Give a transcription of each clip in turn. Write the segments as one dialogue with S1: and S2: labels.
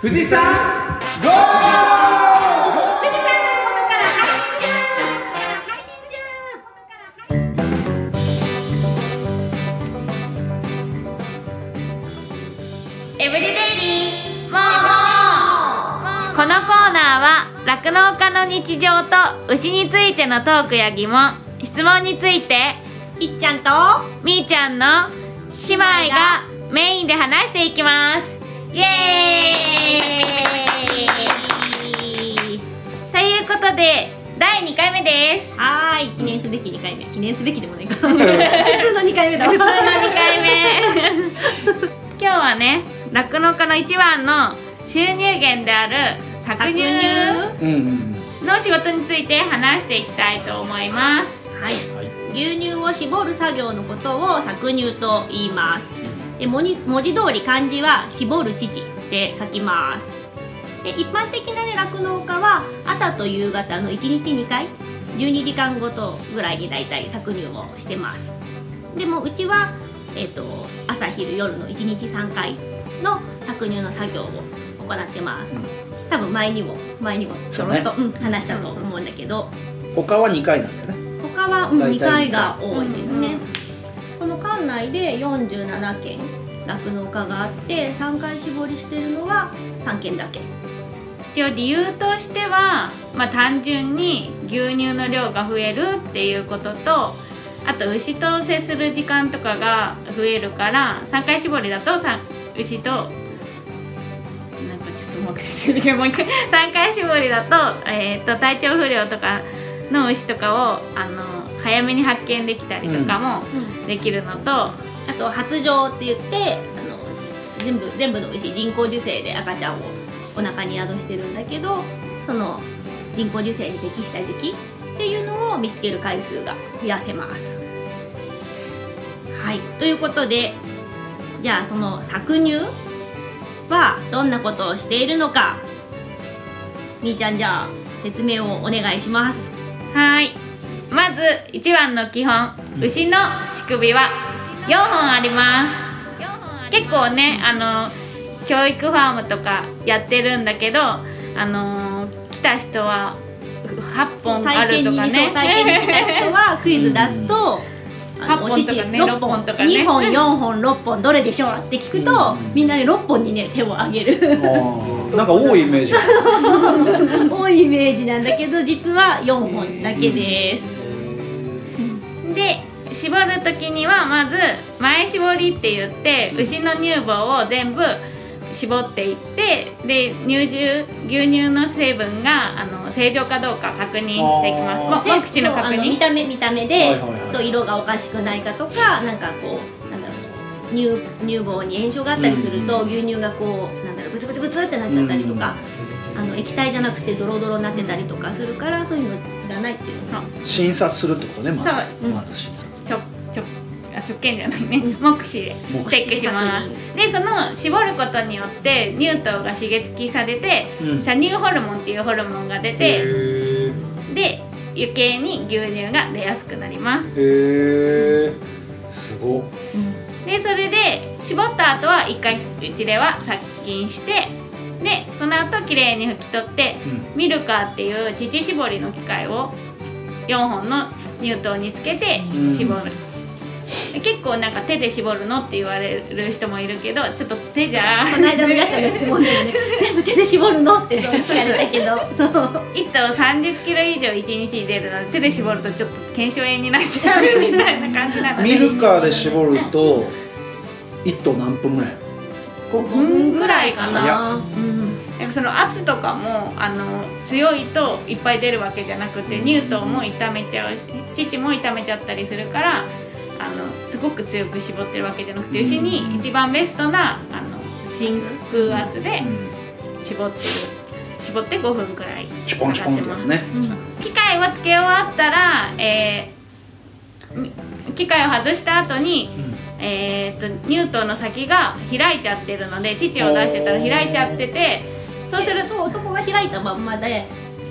S1: 富士山
S2: 富士山の麓
S1: ゴ
S2: から配信中配信中エブリデイリーもうもうこのコーナーは酪農家の日常と牛についてのトークや疑問質問についていっちゃんとみーちゃんの姉妹がメインで話していきますイエーイということで第2回目です
S3: はーい、記念すべき2回目。記念すべきでもないか。 普通の2回目だわ。
S2: 普通の2回目今日はね酪農家の一番の収入源である搾乳
S3: 搾
S1: ーうんうん
S2: の仕事について話していきたいと思います
S3: はい。
S1: うんはい
S3: 牛乳を絞る作業のことを搾乳と言います。で、もに文字通り漢字は絞る乳で書きます。で、一般的なね酪農家は朝と夕方の1日2回、12時間ごとぐらいにだいたい搾乳をしてます。でもうちはえっ、と朝昼夜の1日3回の搾乳の作業を行ってます。
S1: うん
S3: 多分前にも前にもちょろっと、うん話したと思うんだけど。
S1: 他は2回なんだよね
S3: 他は、うん、
S1: 大
S3: 2
S1: 体
S3: 回が多いです
S2: う
S3: ね、
S2: んうん
S3: この館内で47軒酪農家があって3回絞りしてるのは3軒だけ
S2: 一応理由としては、まあ、単純に牛乳の量が増えるっていうこととあと牛と接する時間とかが増えるから3回絞りだとさ牛となんかちょっとうまく説明できない もう一回3回絞りだと,、えー、と体調不良とかの牛とかをあの早めに発見できたりとかもできるのと、
S3: あと発情って言ってあの全部全部の牛人工授精で赤ちゃんをお腹に宿してるんだけどその人工授精に適した時期っていうのを見つける回数が増やせます。はいということでじゃあその搾乳はどんなことをしているのかみーちゃんじゃあ説明をお願いします。
S2: はい。まず一番の基本、牛の乳首は4本あります。結構ね、あの教育ファームとかやってるんだけど、あの来た人は8本あ
S3: 体
S2: る
S3: 験
S2: と
S3: に
S2: か
S3: 理想体験に来
S2: ね。
S3: た人はクイズ出すと、あ
S2: 8
S3: の
S2: 本とかね
S3: お乳
S2: 6本とかね
S3: 2本4本6本どれでしょうって聞くと、
S1: うん
S3: みんなで6本にね手を挙げ る
S1: あーなんか多いイメージ
S3: 多いイメージなんだけど実は4本だけです、
S2: で、絞る時にはまず前絞りって言って牛の乳房を全部絞っていってで乳汁牛乳の成分があの正常かどうか確認できます。
S1: あー
S2: もうもう口の
S3: そうあ
S2: 確認
S3: 見。た目見た目で、
S1: はいはいはい
S3: そう色がおかしくないかとかなんかこうなんだろう乳乳房に炎症があったりすると、
S1: うん
S3: 牛乳がこうなんだろうグツグツグツってなっちゃったりとか、あの液体じゃなくてドロドロになってたりとかするからそういうのいらないっていうのが
S1: 診察するってことねまず
S3: そううん
S1: まず診察
S2: ちょちょあ直径じゃないね目視で
S1: 目視
S2: チェックしますでその絞ることによって乳糖が刺激されて
S1: うん
S2: 射乳ホルモンっていうホルモンが出
S1: へ
S2: てで余計に牛乳が出やすくなります
S1: ーへーすごっ
S2: でそれで絞った後は一回うちでは殺菌してでその後綺麗に拭き取って
S1: うん
S2: ミルカーっていう乳搾りの機械を4本の乳糖につけて絞る、結構なんか手で絞るのって言われる人もいるけどちょっと手じゃ
S3: この間みなちゃんの 質問でもね全部手で絞るのってそう聞かれたけどそう
S2: 1頭3 0キロ以上1日に出るので手で絞るとちょっと腱鞘炎になっちゃうみたいな感じなの
S1: ミ
S2: で
S1: ルカーで絞ると1頭何分ぐらい
S2: 5分ぐらいかな
S1: 早っ
S3: うん
S2: なんかその圧とかもあの強いといっぱい出るわけじゃなくて乳糖も傷めちゃうし乳も傷めちゃったりするからあのすごく強く絞ってるわけじゃなくて
S1: うん
S2: 牛に一番ベストなあの真空圧で絞ってる絞って5分くらい
S1: シュポンシュポンってやつね
S2: 機械をつけ終わったら、えーみ機械を外した後にえー、と乳頭の先が開いちゃってるので乳を出してたら開いちゃっててそうすると
S3: そうそこが開いたまんまで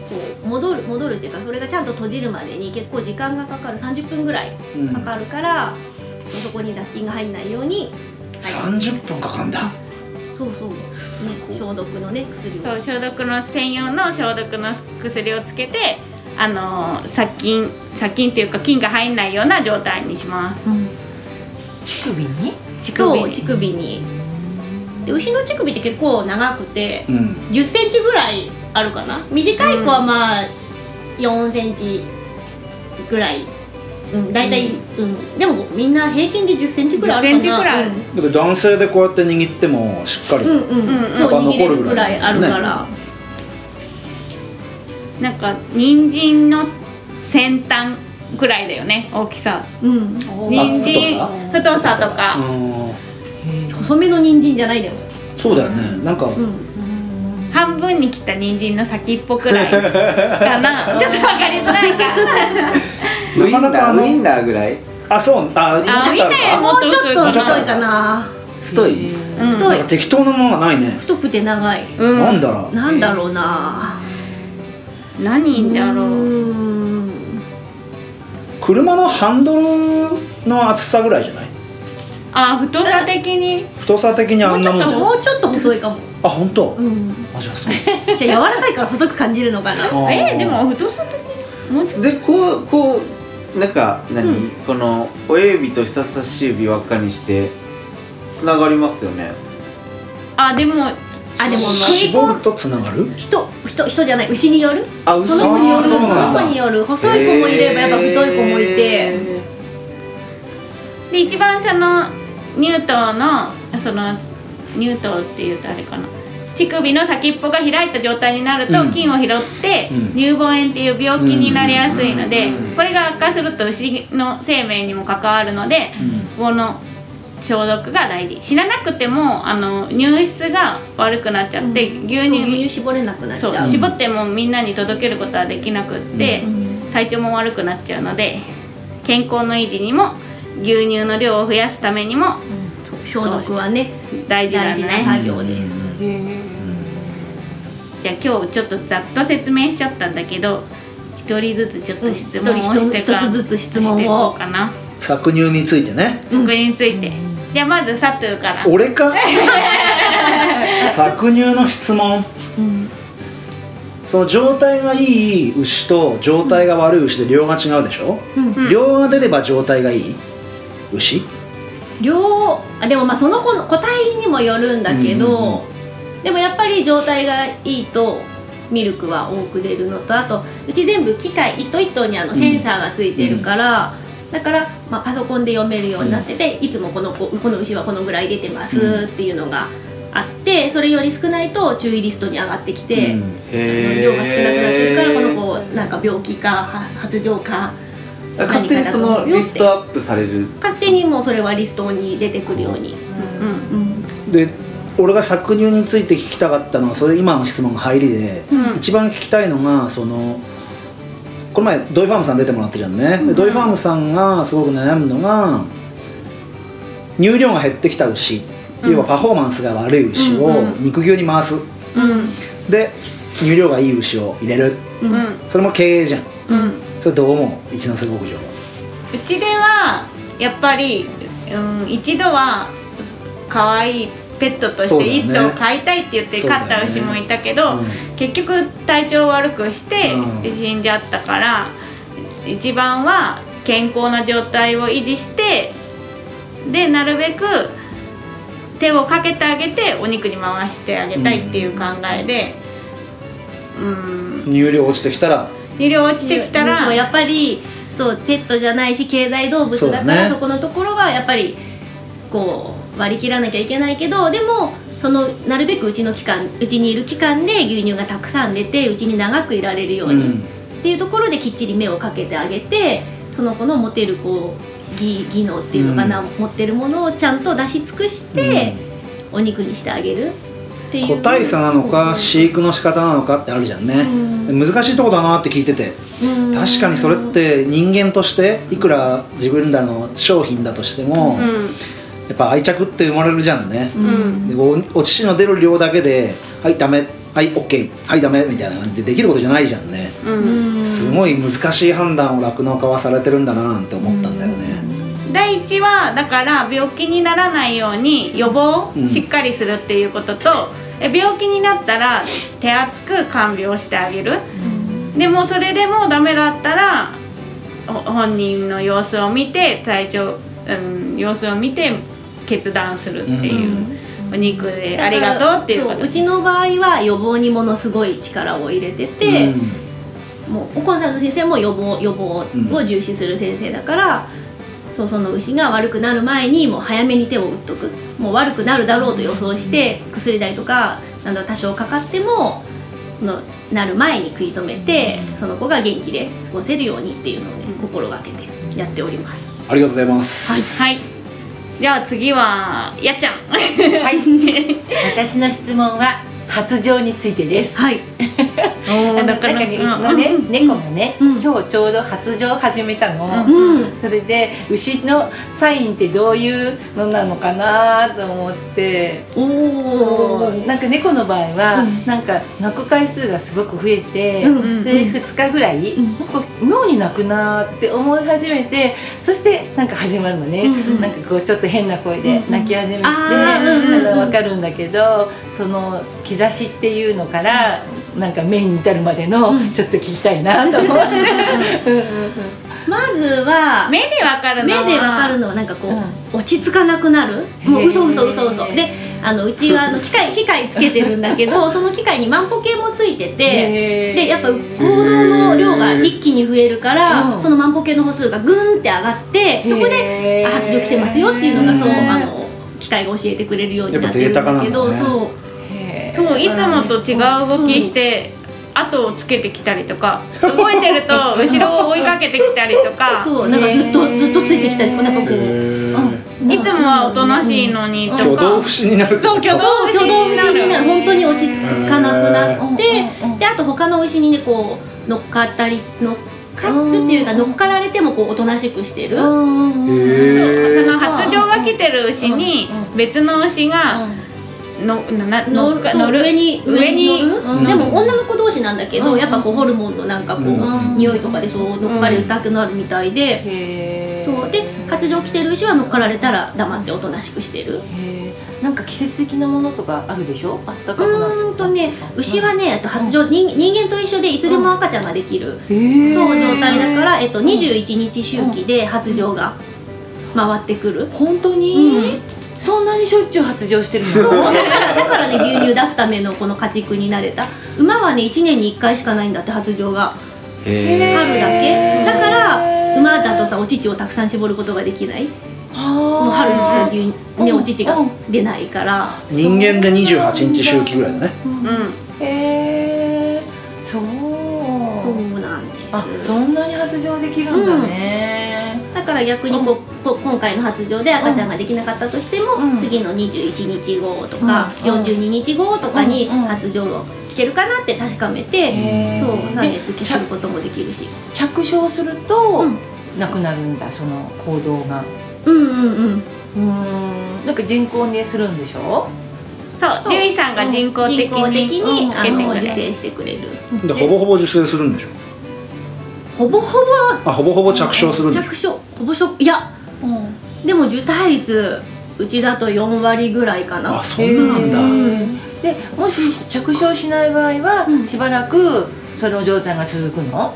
S3: こう戻る戻るっていうかそれがちゃんと閉じるまでに結構時間がかかる30分ぐらい
S1: うんうん
S3: かかるから、そこに雑菌が入んないように、はい
S1: 30分かかんだ
S3: そそうそう、ね、消毒のね薬を
S2: そう消毒の専用の消毒の薬をつけてあのー殺菌殺菌っていうか菌が入んないような状態にします
S4: うん乳首に
S2: 乳首
S3: そう乳首にで牛の乳首って結構長くて
S1: うん
S3: 1 0ンチぐらいあるかな短い子はまあ4センチぐらい、うん、大体、うんでもみんな平均で1 0ンチぐらいあるかな
S2: 10センチくらいある
S1: だけど男性でこうやって握ってもしっかり、
S3: うん
S2: う
S3: うん、
S2: ん
S3: そう
S1: やっぱ
S3: 握れ
S1: 残
S3: る
S1: る
S3: ぐ
S1: ぐ
S3: ら
S1: ら
S3: い
S1: い
S3: あるから、
S2: なんか人参の先端ぐらいだよね大きさ
S3: うん
S2: 人参
S1: あ
S2: 太さとか
S1: うん
S3: 細めの人参じゃないでも、
S1: そうだよねなんか、
S3: うん、
S2: 半分に切った人参の先っぽくらいか なちょっと分かりづらいか
S5: ウインナ
S1: なかなかあ
S5: ー
S1: の
S5: ウインナーぐらい
S1: あそうあ
S2: あ
S1: ちょっとる
S2: 見て
S1: か
S2: も
S3: もうちょっと
S2: もうちょっと
S3: 太いかな
S5: 太い
S2: うん
S1: なんか適当なものがないね、
S3: 太くて長い
S2: うん
S1: なんだろう
S3: なんだろうな
S2: 何だろう
S3: ーん
S1: 車のハンドルの厚さぐらいじゃない
S2: あ太さ的に
S1: 太さ的にあんなもんじゃない
S3: もうちょっと細いかも、
S1: あ本当、
S3: うん、
S1: あじゃあ そう
S3: じゃあ柔らかいから細く感じるのかな
S1: あー
S2: えーでも太さ的にもうちょっ
S5: でこうこうなんか何、
S3: うん
S5: この親指と人差し指輪っかにしてつながりますよね
S2: とあでもあでも食い
S1: 絞
S2: 込
S1: るとつながる
S3: 人人人じゃない牛による
S5: あ牛
S3: その子による
S1: あー
S3: そ
S1: そう
S3: の
S1: なんだ
S3: 子による細い子もいればやっぱ太い子もいて、
S2: んで一番そのニュートのそのニュートっていうとあれかな乳首の先っぽが開いた状態になると
S1: うん
S2: 菌を拾って
S1: うん
S2: 乳房炎っていう病気になりやすいので
S5: うん
S2: これが悪化すると牛の生命にも関わるのでこの消毒が大事死ななくてもあの乳質が悪くなっちゃって
S3: うん
S2: 牛
S3: 牛
S2: 乳
S3: 乳絞れなくなっち
S2: そう
S3: ゃう
S2: 絞ってもみんなに届けることはできなくって
S3: うん
S2: 体調も悪くなっちゃうので健康の維持にも牛乳の量を増やすためにも
S3: そう消毒はね
S2: 大事だ
S3: 大事な
S2: ね
S3: 作業です、
S2: じゃあ今日ちょっとざっと説明しちゃったんだけど一人ずつちょっと質問をして
S3: 一人
S2: か、
S3: 一つずつ質問
S2: し
S3: を
S2: ていこうかな
S1: 搾乳についてね
S2: これについてじゃあまず佐藤から
S1: 俺 か搾乳の質問
S3: うん
S1: その状態がいい牛と状態が悪い牛で量が違うでしょ、
S3: うん
S1: 量が出れば状態がいい牛
S3: 量あでもまあその子の個体にもよるんだけど、でもやっぱり状態がいいとミルクは多く出るのとあとうち全部機械一頭一頭にあの
S1: うん
S3: センサーがついてるから、だから、まあ、パソコンで読めるようになってて、いつもこの子この牛はこのぐらい出てます
S1: うん
S3: っていうのがあってそれより少ないと注意リストに上がってきて、
S1: うん
S3: 量が少なくなってるからこ
S5: 子
S3: の子なんか病気かは発情か
S5: 勝手にそのリストアップされる
S3: 勝手にもうそれはリストに出てくるように。
S2: うん
S3: うん
S1: で俺が搾乳について聞きたかったのはそれ今の質問が入りで、
S2: うん
S1: 一番聞きたいのがそのこの前ドイファームさん出てもらったじゃんね、でドイファームさんがすごく悩むのが乳量が減ってきた牛
S2: うん
S1: 要はパフォーマンスが悪い牛を
S2: うんうん
S1: 肉牛に回す
S2: うん
S1: で乳量がいい牛を入れる
S2: うん
S1: それも経営じゃん
S2: うん
S1: それどう思う一ノ瀬牧場
S2: うちではやっぱり、うん、一度は可愛いペットとし
S1: そう
S2: て
S1: だよね
S2: 一頭飼いたいって言って
S1: そうだよ
S2: 飼
S1: ね
S2: った牛もいたけど、
S1: うん
S2: 結局体調悪くして
S1: うん
S2: 死んじゃったから、一番は健康な状態を維持してでなるべく手をかけてあげてお肉に回してあげたいっていう考えで、うん、
S1: 乳量落ちてきたら
S2: 医療落ちてきたら
S3: そうやっぱりそうペットじゃないし経済動物だか
S1: そうだ
S3: ら
S1: ね
S3: そ,、このところはやっぱりこう割り切らなきゃいけないけどでもそのなるべくうちの期間うちにいる期間で牛乳がたくさん出てうちに長くいられるように、
S1: うん
S3: っていうところできっちり目をかけてあげてその子の持てるこう技技能っていうのかな、
S1: うん
S3: 持ってるものをちゃんと出し尽くして、お肉にしてあげるっていう
S1: 個体差なのか飼育の仕方なのかってあるじゃんね、
S3: う
S1: 難しいとこだなって聞いてて
S3: うん
S1: 確かにそれって人間としていくら自分らの商品だとしても、
S2: う
S1: や
S2: ん
S1: っぱ愛着って生まれるじゃんね
S3: う、
S1: でおお乳の出る量だけで「はいダメはいオッケーはいダメ」みたいな感じでできることじゃないじゃんね、
S2: う
S3: うんん
S1: すごい難しい判断を酪農家はされてるんだななんて思ったんだよね、
S2: 第一はだから病気にならないように予防
S1: うん
S2: をしっかりするっていうことと、え病気になったら手厚く看病してあげるでもそれでもダメだったらほ本人の様子を見て体調、うん、様子を見て決断するっていう、お肉でありがとうっていうこ
S3: だから
S2: と
S3: そううちの場合は予防にものすごい力を入れてて、もうお子さんの先生も予防予防を重視する先生だから、そうその牛が悪くなる前にもう早めに手を打っとくもう悪くなるだろうと予想して、薬代とかなんだろう多少かかってもそのなる前に食い止めて、その子が元気で過ごせるようにっていうのを、ね、心がけてやっております。
S1: ありがとうございます
S2: はいじゃあ次はやっちゃん
S6: はい私の質問は発情についてです
S3: はい、
S6: あの
S2: な
S6: なん
S2: か
S6: か
S2: なか
S6: ねうちのね、
S2: うん
S6: 猫もね、
S3: うん
S6: 今日ちょうど発情を始めたの、
S2: うん
S3: うん
S6: それで牛のサインってどういうのなのかなと思って
S3: お
S6: そう
S3: ー
S6: なんか猫の場合は、
S3: うん
S6: なんか泣く回数がすごく増えて、
S3: うん
S2: うん
S6: それで2日ぐらい、
S3: うん
S6: こう妙に泣くなーって思い始めてそしてなんか始まるのね、
S3: うんうん
S6: なんかこうちょっと変な声で泣き始めて、
S2: あ
S6: あ
S2: ーうんうんうん
S6: の分かるんだけどその兆しっていうのからなんか面に至るまでのちょっと聞きたいなと思って。うんうんうん
S3: まずは
S2: 目でわかるの
S3: 目
S2: は
S3: でわかるのはなんかこう、
S6: う
S3: 落ち着かなくなるもう嘘嘘嘘嘘
S6: へー
S3: であのうちはあの機械機械つけてるんだけどその機械に万歩計もついてて
S6: へー
S3: でやっぱ行動の量が一気に増えるから、
S6: うん
S3: その万歩計の歩数がグンって上がってそこで
S6: で
S3: あ発情来てますよっていうのがそうあの機械が教えてくれるようになってるんだけど
S1: やっぱデータ化なんだね
S3: そう
S2: そういつもと違う動きして後をつけてきたりとか動いてると後ろを追いかけてきたりとか
S3: そうなんかずっとずっとついてきたりなんかこう、
S1: え
S2: いつもはおとなしいのにとか
S1: 挙動不審になるって
S2: そう
S1: こと
S2: 挙動不
S3: 挙
S2: 審
S3: 動不
S2: に
S3: 審に
S2: な
S3: な
S2: る
S3: る本当に落ち着かなくなって、
S6: うんうんうん
S3: であと他の牛にねこう乗っかったり乗っかるっていうか乗っかられてもこうおとなしくしてる、
S1: へ
S2: そ
S1: ー
S2: の発情が来てる牛に別の牛がのな乗
S3: 乗
S2: る
S3: る乗
S2: 乗
S3: る上
S2: る
S3: に
S2: 上に
S3: 乗る
S1: うん
S3: でも女の子同士なんだけど、
S6: うん
S3: やっぱこうホルモンのなんかこう、
S1: うん
S3: 匂いとかでそう乗っかれたくなるみたいで、
S6: へー
S3: そうで発情来てる牛は乗っかられたら黙っておとなしくしてる。
S6: へーなんか季節的なものとかあるでしょあった
S3: う
S6: かくなって
S3: ーんとね牛はねあと発情、人人間と一緒でいつでも赤ちゃんができる、
S6: そう
S3: そう状態だから、えっと、21日周期で発情が回ってくる、
S6: 本当に、そんなにしょっちゅう発情してる
S3: そう
S6: の
S3: だからだからね牛乳出すためのこの家畜になれた馬はね1年に1回しかないんだって発情が
S7: へ
S3: 春だけだから
S6: へー
S3: 馬だとさお乳をたくさん絞ることができないもう
S6: は
S3: 春にしか
S6: ー
S3: 牛乳、ね、お乳が出ないから
S1: 人間で28日周期ぐらいだね
S2: う
S6: へーそう
S3: そうなんです
S6: あそんなに発情できるんだね、
S3: だから逆にこうこ今回の発情で赤ちゃんができなかったとしても、
S6: うん
S3: 次の21日後とか、
S6: うんうん
S3: 42日後とかに
S6: うんうん
S3: 発情を来てるかなって確かめて、
S6: へ
S3: そう
S6: ー
S3: 3月
S6: で
S3: 消することもできるし
S6: 着床すると、
S3: うん
S6: なくなるんだその行動が
S3: うんうんうん
S6: うーんなんか人工にするんでしょ
S2: んそう
S3: そう
S2: 獣医さんが人工的
S3: 人工的
S2: に
S3: に、
S6: うん
S2: つ
S3: あの
S2: けてくれ
S3: 受精してくれる
S1: でほぼほぼ受精するんでしょ
S3: ほぼほ
S1: あほぼほぼ着床する
S3: ぼ
S1: んでしょ
S3: 着床ほぼしょいや
S6: うん
S3: でも受胎率うちだと4割ぐらいかな
S1: あそんななんだ
S6: でもし着床しない場合は、
S3: うん
S6: しばらくその状態が続くの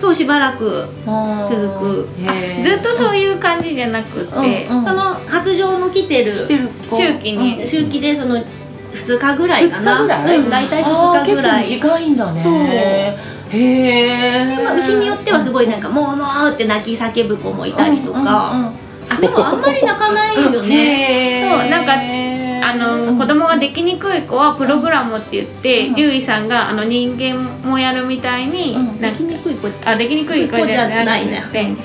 S3: そうしばらく続く
S6: へー
S2: ずっとそういう感じじゃなくて、
S6: うんうん
S3: その発情の来てる
S6: してる子
S2: 周期に、
S3: 周期でその2日ぐらいかな
S6: 二日ぐらい
S3: うん、大体
S6: あ
S3: 2
S6: ー
S3: 日ぐらい
S6: 結構短いんだね
S3: そう
S6: へえ、
S3: まあ、牛によってはすごいなんか「もうもう」って泣き叫ぶ子もいたりとか、
S6: うんうんうん
S3: あでもあんまり泣かないよ ね
S6: へ
S2: そうなんかあの子供ができにくい子はプログラムって言って、
S6: うん
S2: 獣医さんがあの人間もやるみたいに、
S6: うん
S2: な
S3: 泣
S2: ん
S3: き
S2: か
S3: にくい子
S2: あできにくい子じゃない
S3: 子じゃ
S2: っ
S3: ない
S2: て
S3: ね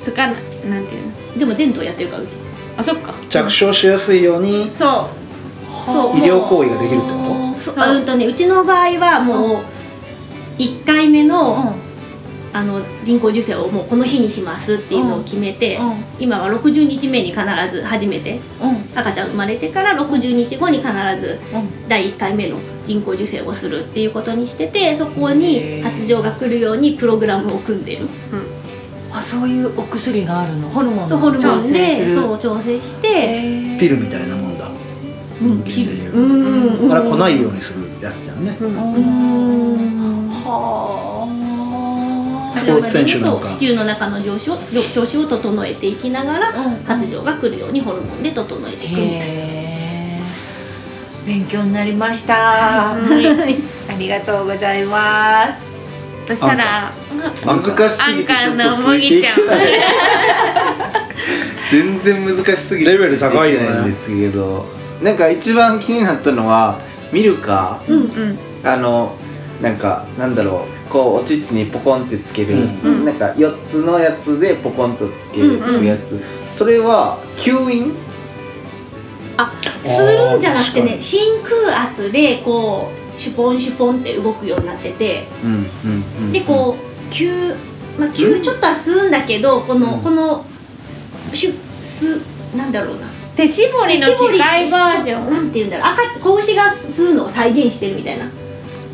S2: つかななんていうの
S3: でも全頭やってるからうち
S2: あそっか
S1: 着床しやすいように
S2: そ
S3: そう
S1: 医療行為ができるってこと
S3: そうあうんとねうちの場合はもう1回目の,、あの人工授精をもうこの日にしますっていうのを決めて、
S6: うんうん
S3: 今は60日目に必ず初めて
S6: うん
S3: 赤ちゃん生まれてから60日後に必ず
S6: うん
S3: 第1回目の人工授精をするっていうことにしててそこに発情が来るようにプログラムを組んでる
S2: う、うん、
S4: あそういうお薬があるのホルモン
S3: そうホル
S4: の
S3: モ
S4: 調
S3: ン
S4: 整す
S3: で
S4: る
S3: そう調整して
S1: ピルみたいなもんだ
S4: うん
S1: ピル
S3: う
S1: だ
S3: ん
S1: から来ないようにするやつじゃんね
S3: うん
S4: は
S1: スポーツ選手なんか
S3: そう子宮の中の上昇上昇を整えていきながら、
S4: うん
S3: 発情が来るようにホルモンで整えていくみたいな。
S4: へー勉強になりました、
S3: はい
S4: ありがとうございます
S2: そしたら
S5: 難しすぎてちょっとついていけない全然難しすぎて
S1: レベル高いよ
S5: つて
S1: ね
S5: けないんですけどなんか一番気になったのはミルカ
S2: うんうん
S5: あのなんかなんだろうこうお乳にポコンってつける、
S1: うん
S2: うん
S5: なんか4つのやつでポコンとつけ
S3: うん
S2: うん
S5: るやつ、それは吸引
S3: 吸うんじゃなくて
S1: あー確か
S3: ね
S1: に
S3: 真空圧でこうシュポンシュポンって動くようになってて
S5: うんうんうん
S3: でこう急まあ急
S5: うん
S3: ちょっとは吸うんだけどこの
S5: うん
S3: このシュ吸なんだろうな
S2: 手絞りの機械バージョン
S3: なんていうんだろう赤子牛が吸うのを再現してるみたいな
S5: う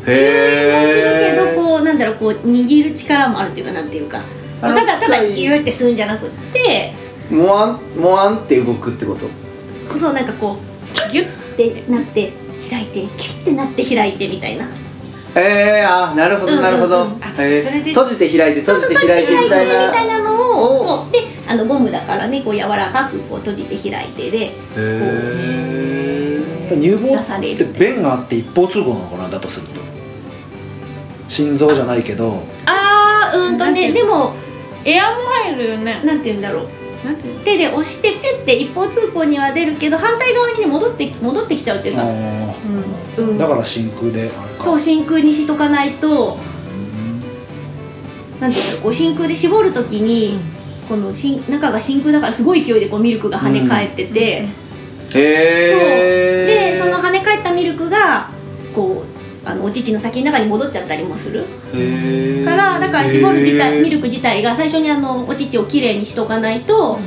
S5: へ
S3: するけど
S5: ー
S3: こうなんだろうこう握る力もあるっていうかなんていうか
S5: あ
S3: た
S5: の
S3: だただ
S5: 機械
S3: ギューって吸うんじゃなくって
S5: もわんもわんって動くってこと
S3: そうなんかこ
S2: ギュッ
S3: うってなって開いてキュッてなって開いてみたいな
S5: えー、あなるほ
S3: うんうん
S5: ど
S3: うん
S5: なるほど、
S4: あ
S5: え
S4: それで
S5: ー、閉じて開いて
S3: そう
S5: 閉
S3: そ
S5: じ
S3: う
S5: て
S3: 閉じ
S5: 開
S3: て開
S5: い
S3: い
S5: て
S3: て
S5: み
S3: み
S5: たい
S3: たい
S5: な
S3: なのを
S5: お
S3: そうであのゴムだからねこう柔らかくこう閉じて開いてで
S5: へー
S1: 乳房
S3: 出され
S1: っ
S3: る
S1: て便があって一方通行なのかなだとすると心臓じゃないけど
S3: あーうんとねでも
S2: エアも入るよね
S3: なんて言うんだろう
S2: なんていうの
S3: 手で押してピュッて一方通行には出るけど反対側にね戻って戻ってきちゃうっていうか、
S1: あ
S3: う
S1: ー
S3: ん、
S1: だから真空であれか
S3: そう真空にしとかないとなんて言うんだろうこう真空で絞るときにこの真中が真空だからすごい勢いでこうミルクが跳ね返ってて、
S5: へ
S3: でその跳ね返ったミルクがこうあのお乳の先の中に戻っちゃったりもする
S5: へー
S3: からだから絞る自体
S5: へー
S3: ミルク自体が最初にあのお乳をきれいにしとかないと、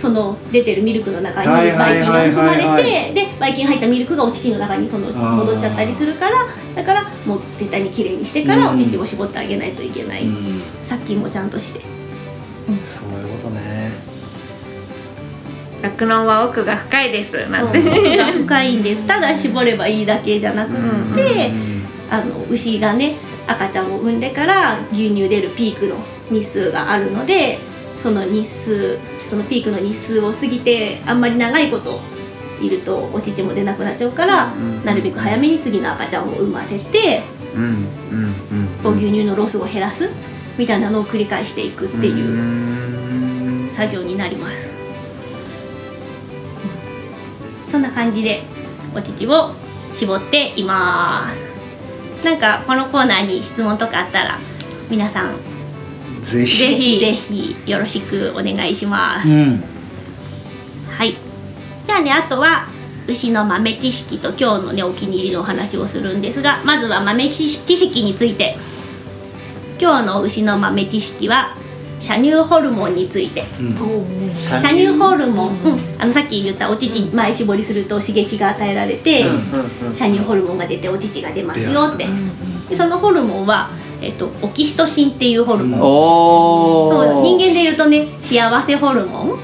S3: その出てるミルクの中にば
S1: はいいはい
S3: 菌が
S1: はい
S3: 含
S1: は
S3: ま
S1: い
S3: れてでばい菌入ったミルクがお乳の中にその
S1: ー
S3: 戻っちゃったりするからだからもう絶対にきれいにしてから
S1: う
S3: お
S1: ん
S3: 乳を絞ってあげないといけない、
S1: うん
S3: 殺菌もちゃんとして
S1: そういうことね
S2: 酪農は奥が深いですなんて
S3: そうが深いんですただ絞ればいいだけじゃなくて、
S2: うん
S3: あの牛がね赤ちゃんを産んでから牛乳出るピークの日数があるのでその日数そのピークの日数を過ぎてあんまり長いこといるとお乳も出なくなっちゃうから、
S5: うん
S3: なるべく早めに次の赤ちゃんを産ませて、
S5: うんうん
S3: こ
S5: う
S3: うん牛乳のロスを減らすみたいなのを繰り返していくっていうう
S5: うん
S3: 作業になります、そんな感じでお乳を絞っていますなんかこのコーナーに質問とかあったら皆さん
S1: ぜひ
S3: ぜひぜひよろしくお願いします。
S1: うん
S3: はい。じゃあねあとは牛の豆知識と今日のねお気に入りのお話をするんですが、まずは豆知識について。今日の牛の豆知識は射乳ホルモンについて。
S1: うん
S5: 射
S3: 射乳ホルモン、
S4: うん
S3: うんあのさっき言ったお乳前絞りすると刺激が与えられて、
S5: うん
S3: 射乳ホルモンが出てお乳が出ますよって
S1: 出やすく。
S3: でそのホルモンはえっとオキシトシンっていうホルモン。
S5: お
S3: そ
S5: ー
S3: う人間でいうとね幸せホルモンっ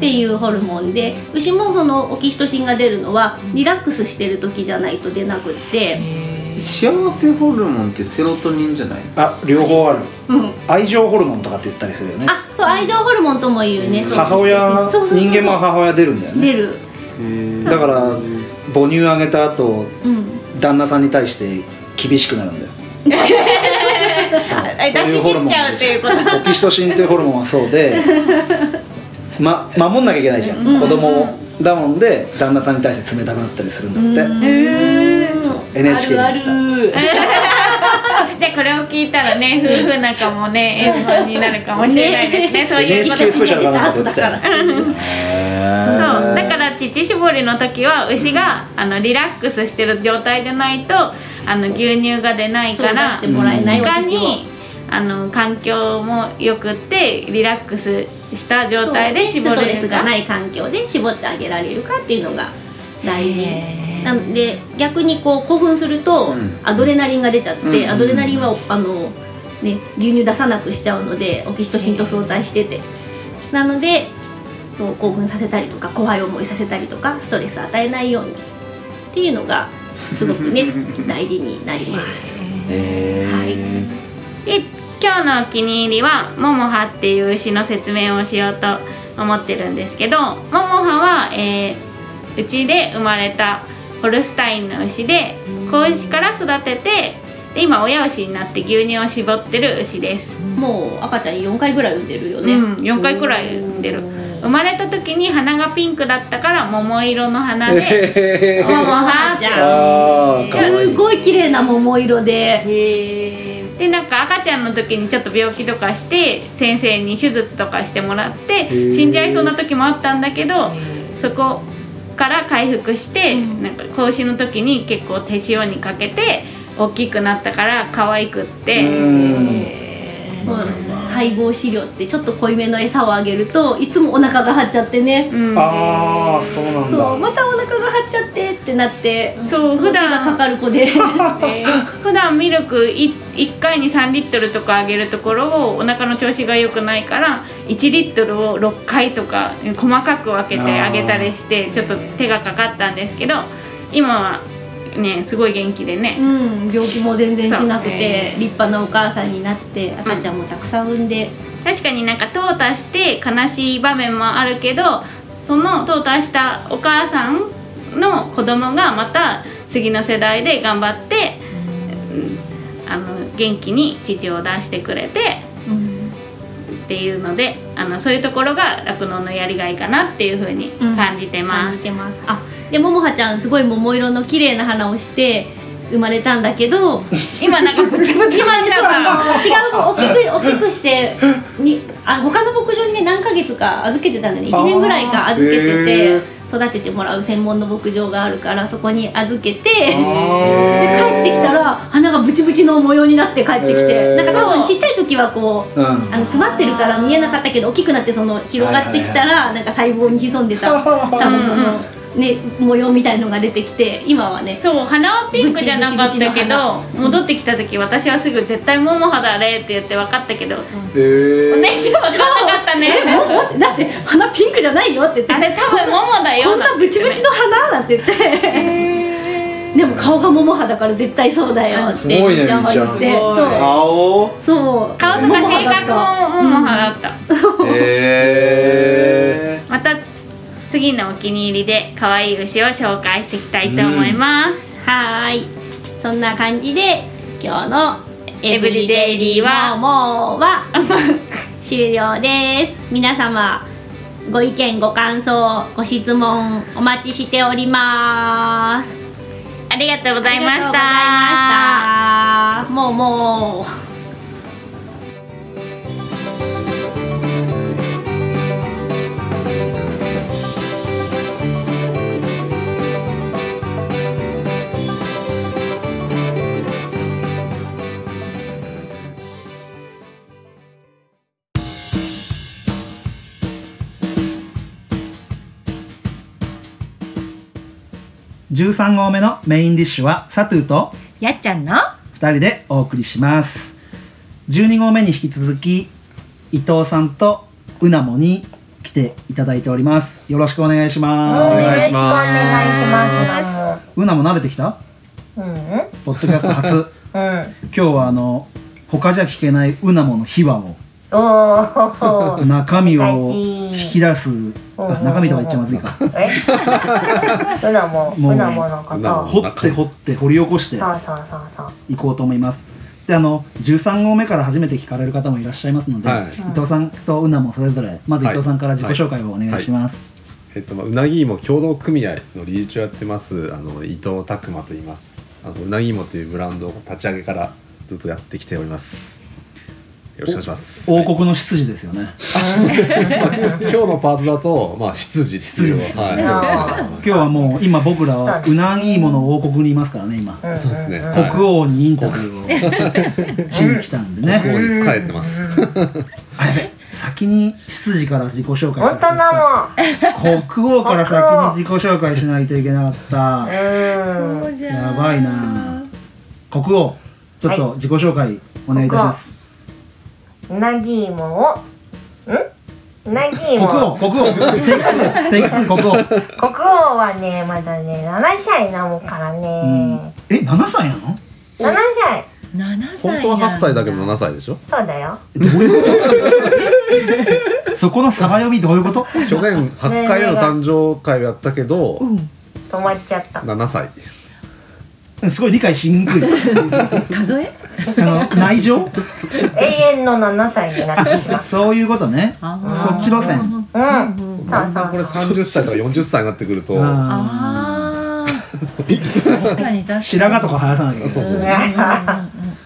S3: ていうホルモンで牛もそのオキシトシンが出るのはリラックスしてる時じゃないと出なくって、
S5: 幸せホルモンってセロトニンじゃない
S1: あ両方ある
S3: うん、
S1: 愛情ホルモンとかって言ったりするよね
S3: あそう愛情ホルモンとも言うねそう
S1: 母親
S3: そうそうそう
S1: 人間も母親出るんだよね
S3: 出る、
S1: だから母乳あげた後
S3: うん、
S1: 旦那さんに対して厳しくなるん だよそう
S2: え
S1: そういうホルモン
S2: 出し切っちゃうっていうこと
S1: オキシトシンっていうホルモンはそ うで、ま、守んなきゃいけないじゃん
S2: うん
S1: 子供をだもんで旦那さんに対して冷たくなったりするんだって
S2: へー
S1: そう NHK で
S4: あ
S1: やっ
S4: る
S1: てた
S2: でこれを聞いたらね夫婦仲もね円満になるかもしれないですねそういう
S1: NHK スペシャルかなんかでやってたよね
S2: そう
S5: そう
S2: だから乳搾りの時は牛があのリラックスしてる状態でないとあの牛乳が出ない
S3: そう
S2: か
S3: 出
S2: ら
S3: してもらえないお
S2: 他
S3: 乳を
S2: にあの環境も良くってリラックスした状態で
S3: そう
S2: 絞
S3: スト
S2: れ
S3: レス
S2: る
S3: が
S2: か
S3: ない環境で絞ってあげられるかっていうのが大事
S4: へー
S3: なので逆にこう興奮すると
S5: うん
S3: アドレナリンが出ちゃって、
S5: うん
S3: アドレナリンはあのね、牛乳出さなくしちゃうのでオキシトシンと相対してて、なのでそう興奮させたりとか怖い思いさせたりとかストレス与えないようにっていうのがすごく ね大事になります。
S5: え
S2: で今日のお気に入りはモモハっていう牛の説明をしようと思ってるんですけどモモハは、えーうちで生まれたホルスタインの牛で子牛から育ててで今親牛になって牛乳を絞ってる牛です、
S3: もう赤ちゃん4回ぐらい産んでるよ
S2: う
S3: ね、
S2: ん、4回くらい産んでる生まれた時に鼻がピンクだったから桃色の花 で
S1: え
S2: モモハって
S3: じゃ
S1: あーかわい
S3: す
S1: い
S3: ごい綺麗な桃色で
S4: へえ
S2: でなんか赤ちゃんの時にちょっと病気とかして先生に手術とかしてもらって
S1: ー
S2: 死んじゃいそうな時もあったんだけどそこから回復して、なんか子牛の時に結構手塩にかけて大きくなったから可愛くっ
S1: う
S2: て
S1: ん
S3: もう配合飼料ってちょっと濃いめの餌をあげるといつもお腹が張っちゃってね、
S2: うん、
S1: ああそうなんだ
S3: そうまたお腹が張っちゃってってなって
S2: そう
S3: の手が
S2: 普段
S3: かかる子で
S2: 普段ミルクい1回に3リットルとかあげるところをお腹の調子が良くないから1リットルを6回とか細かく分けてあげたりしてちょっと手がかかったんですけど今はねすごい元気でね。
S3: うん病気も全然しなく
S4: そう
S3: て
S4: ね
S3: 立派なお母さんになって赤ちゃんもたくさん産んで、
S2: 確かになんか淘汰して悲しい場面もあるけどその淘汰したお母さんの子供がまた次の世代で頑張って、うんあの元気に父を出してくれてっていうのであのそういうところが酪農のやりがいかなっていうふうに感じてま
S3: 感
S2: す
S3: じ。てますあでももはちゃんすごい桃色の綺麗な花をして生まれたんだけど
S2: 今 なんかブツブツ
S3: 今
S2: な
S3: ね
S2: んだ
S3: そう
S2: から
S3: あの違う大きく大きくしてにあ他の牧場にね何ヶ月か預けてたんだね1年ぐらいか預け
S1: あ
S3: て
S1: ーへ
S3: て育ててもらう専門の牧場があるからそこに預けて。で
S1: あー
S3: 帰ってきたら花がブチブチの模様になって帰ってき
S1: へ
S3: て
S1: ー
S3: なんか多分ちっちゃい時はこう
S1: うん
S3: あの詰まってるから見えなかったけど大きくなってその広がってきたらなんか細胞に潜ん でた多分そのね模様みたいのが出てきて今はね
S2: そう花はピンクじゃなかった
S3: ブチ
S2: け
S3: ブチの
S2: ど戻ってきた時私はすぐ絶対桃肌あれって言って分かったけど
S1: へえ
S2: お姉ちゃん分かんなかったね
S3: おだって花ピンクじゃないよって言って
S2: あれ多分桃だよ
S3: こんなブチブチの花なんて言ってでも顔が桃派だから絶対そうだよって
S1: すごいねみーちゃん
S3: 言ってそう
S5: 顔
S3: そう
S2: 顔とか性格も桃派だった、
S5: え
S2: また次のお気に入りで可愛い牛を紹介していきたいと思います、
S3: はーいそんな感じで今日のエ
S2: エ
S3: ブ
S2: ブ
S3: リ
S2: リ
S3: デ
S2: デ
S3: イ
S2: イ
S3: リ
S2: リー
S3: ーは
S2: は
S3: もうは終了です皆様ご意見ご感想ご質問お待ちしております
S2: ありがとうございました
S3: ありがとうございましたもうもう
S1: 13号目のメインディッシュはサトゥーと
S4: やっちゃんの
S1: 2人でお送りします12号目に引き続き伊藤さんとうなもに来ていただいておりますよろしくお願いしま
S5: 願いします
S8: よろしくお願いします
S1: うなも慣れてきた
S8: うん
S1: ポッドキャスト初
S8: うん
S1: 今日はあの他じゃ聞けないうなもの秘話を
S8: おー
S1: 中身を
S8: 大事
S1: 引き出すあ中身とか言っちゃまずいか
S8: え うなも
S1: もう
S8: うなものこ
S5: うな
S8: と
S5: も
S1: 掘って掘って掘り起こして
S8: そうそうそうそう
S1: いこうと思いますであの13号目から初めて聞かれる方もいらっしゃいますので、
S9: はい
S1: 伊藤さんとうなもそれぞれまず伊藤さんから自己紹介をお願いします、
S9: えっと、まあうなぎ芋協同組合の理事長やってますあの伊藤拓磨と言いますあのうなぎ芋というブランドを立ち上げからずっとやってきておりますよろしくお願いします
S1: 王国の執事ですよね
S9: はい今日のパートだとまあ執事っていうのは
S1: 執事です
S9: はい
S8: あ
S1: 今日はもう今僕らはうなぎ芋の王国にいますからね今
S8: うん
S9: そうですね
S8: ん
S9: はい
S1: 国王にインタビューを しに来たんで
S9: ここ
S1: ね
S9: に仕えてます
S1: あやべ先に執事から自己紹介
S8: 本当だ
S1: 国王から先に自己紹介しないといけなかっ
S8: も
S1: た
S8: んうん
S1: やばいな国王ちょっと自己紹介お願いいたします、
S8: うなぎいもをんうなぎい
S1: 国
S8: も
S1: 王、国王。天下数、天下数国王。
S8: 国王はねまだね7歳なもんから
S1: うん
S8: ね、
S1: え、7歳なの
S8: 7歳
S6: 7歳
S9: 本当は8歳だけど7歳でしょ
S8: そうだよ
S1: どういうことそこの差が読みどういうこと
S9: 去年8回目の誕生会をやったけど
S8: 止まっちゃった
S9: 7歳
S1: すごい理解しにくい。
S6: 数え
S1: あの、内情
S8: 永遠の7歳になってしまう
S1: そういうことね。
S6: あ
S1: そっち路線。
S8: うん
S6: うん
S8: そう
S9: だんだん
S8: そ
S9: これ
S8: うそう
S9: 30歳とか40歳になってくると
S1: あ
S6: あー確かに確か
S1: ー
S6: に
S1: 白髪とか生やさなきゃいけ
S9: そう
S1: ない。
S9: そう
S6: うんうん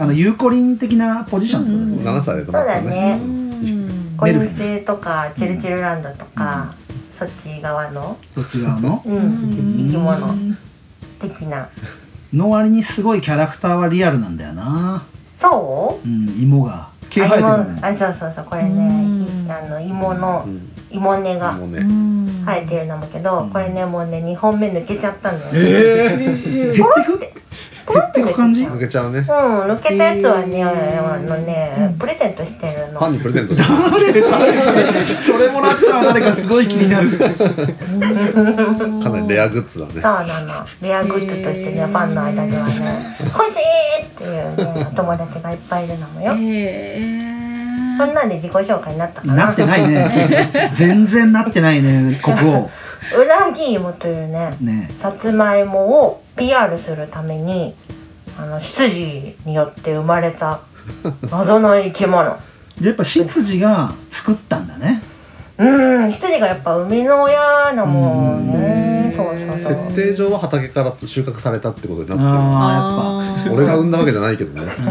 S1: あの、有効輪的なポジションってことですね。
S9: 7歳で止
S8: そ
S9: ま
S8: う
S9: っ
S8: だ
S9: た
S8: ね
S9: ね
S6: うん
S8: コイン星とかチルチルランドとか、そっち側の、
S1: どっち側の
S8: うん
S6: うん
S8: 生き物的な
S1: の割にすごいキャラクターはリアルなんだよな。
S8: そう
S1: うん、芋が。毛生えて
S8: あ
S1: る
S8: 芋
S1: んだよ
S8: あそうそうそうこれね
S6: うん
S8: ひあの芋の
S9: うん
S8: 芋根が
S9: もう
S6: う
S9: ね
S6: ん
S8: 生えてるのもけど、これねもうね2本目抜けちゃったのよ、
S9: ええ
S1: 減ってく減ってく感じ
S9: 抜けちゃうね
S8: うん抜けたやつはね、あのねプレゼントしてる
S9: ファン
S8: の、
S9: にプレゼントして
S1: それもらったら誰かすごい気になる。
S9: かなりレアグッズだね
S8: そうなのレアグッズとしてねファンの間ではね欲しいっていうねお友達がいっぱいいるのもよ、
S6: へ
S8: そん
S6: ー
S8: なんで自己紹介になったかな
S1: なってないね。全然なってないね、国王。
S8: 裏切り芋というね
S1: ね
S8: さつまいもを PR するためにあの執事によって生まれた謎の生き物
S1: でやっぱ執事が作ったんだね。
S8: うん執事がやっぱ生みの親なもんねそうそうそう
S9: 設定上は畑から収穫されたってことになっ
S1: あ
S9: てる俺が産んだわけじゃないけどね
S1: あ、やっぱ。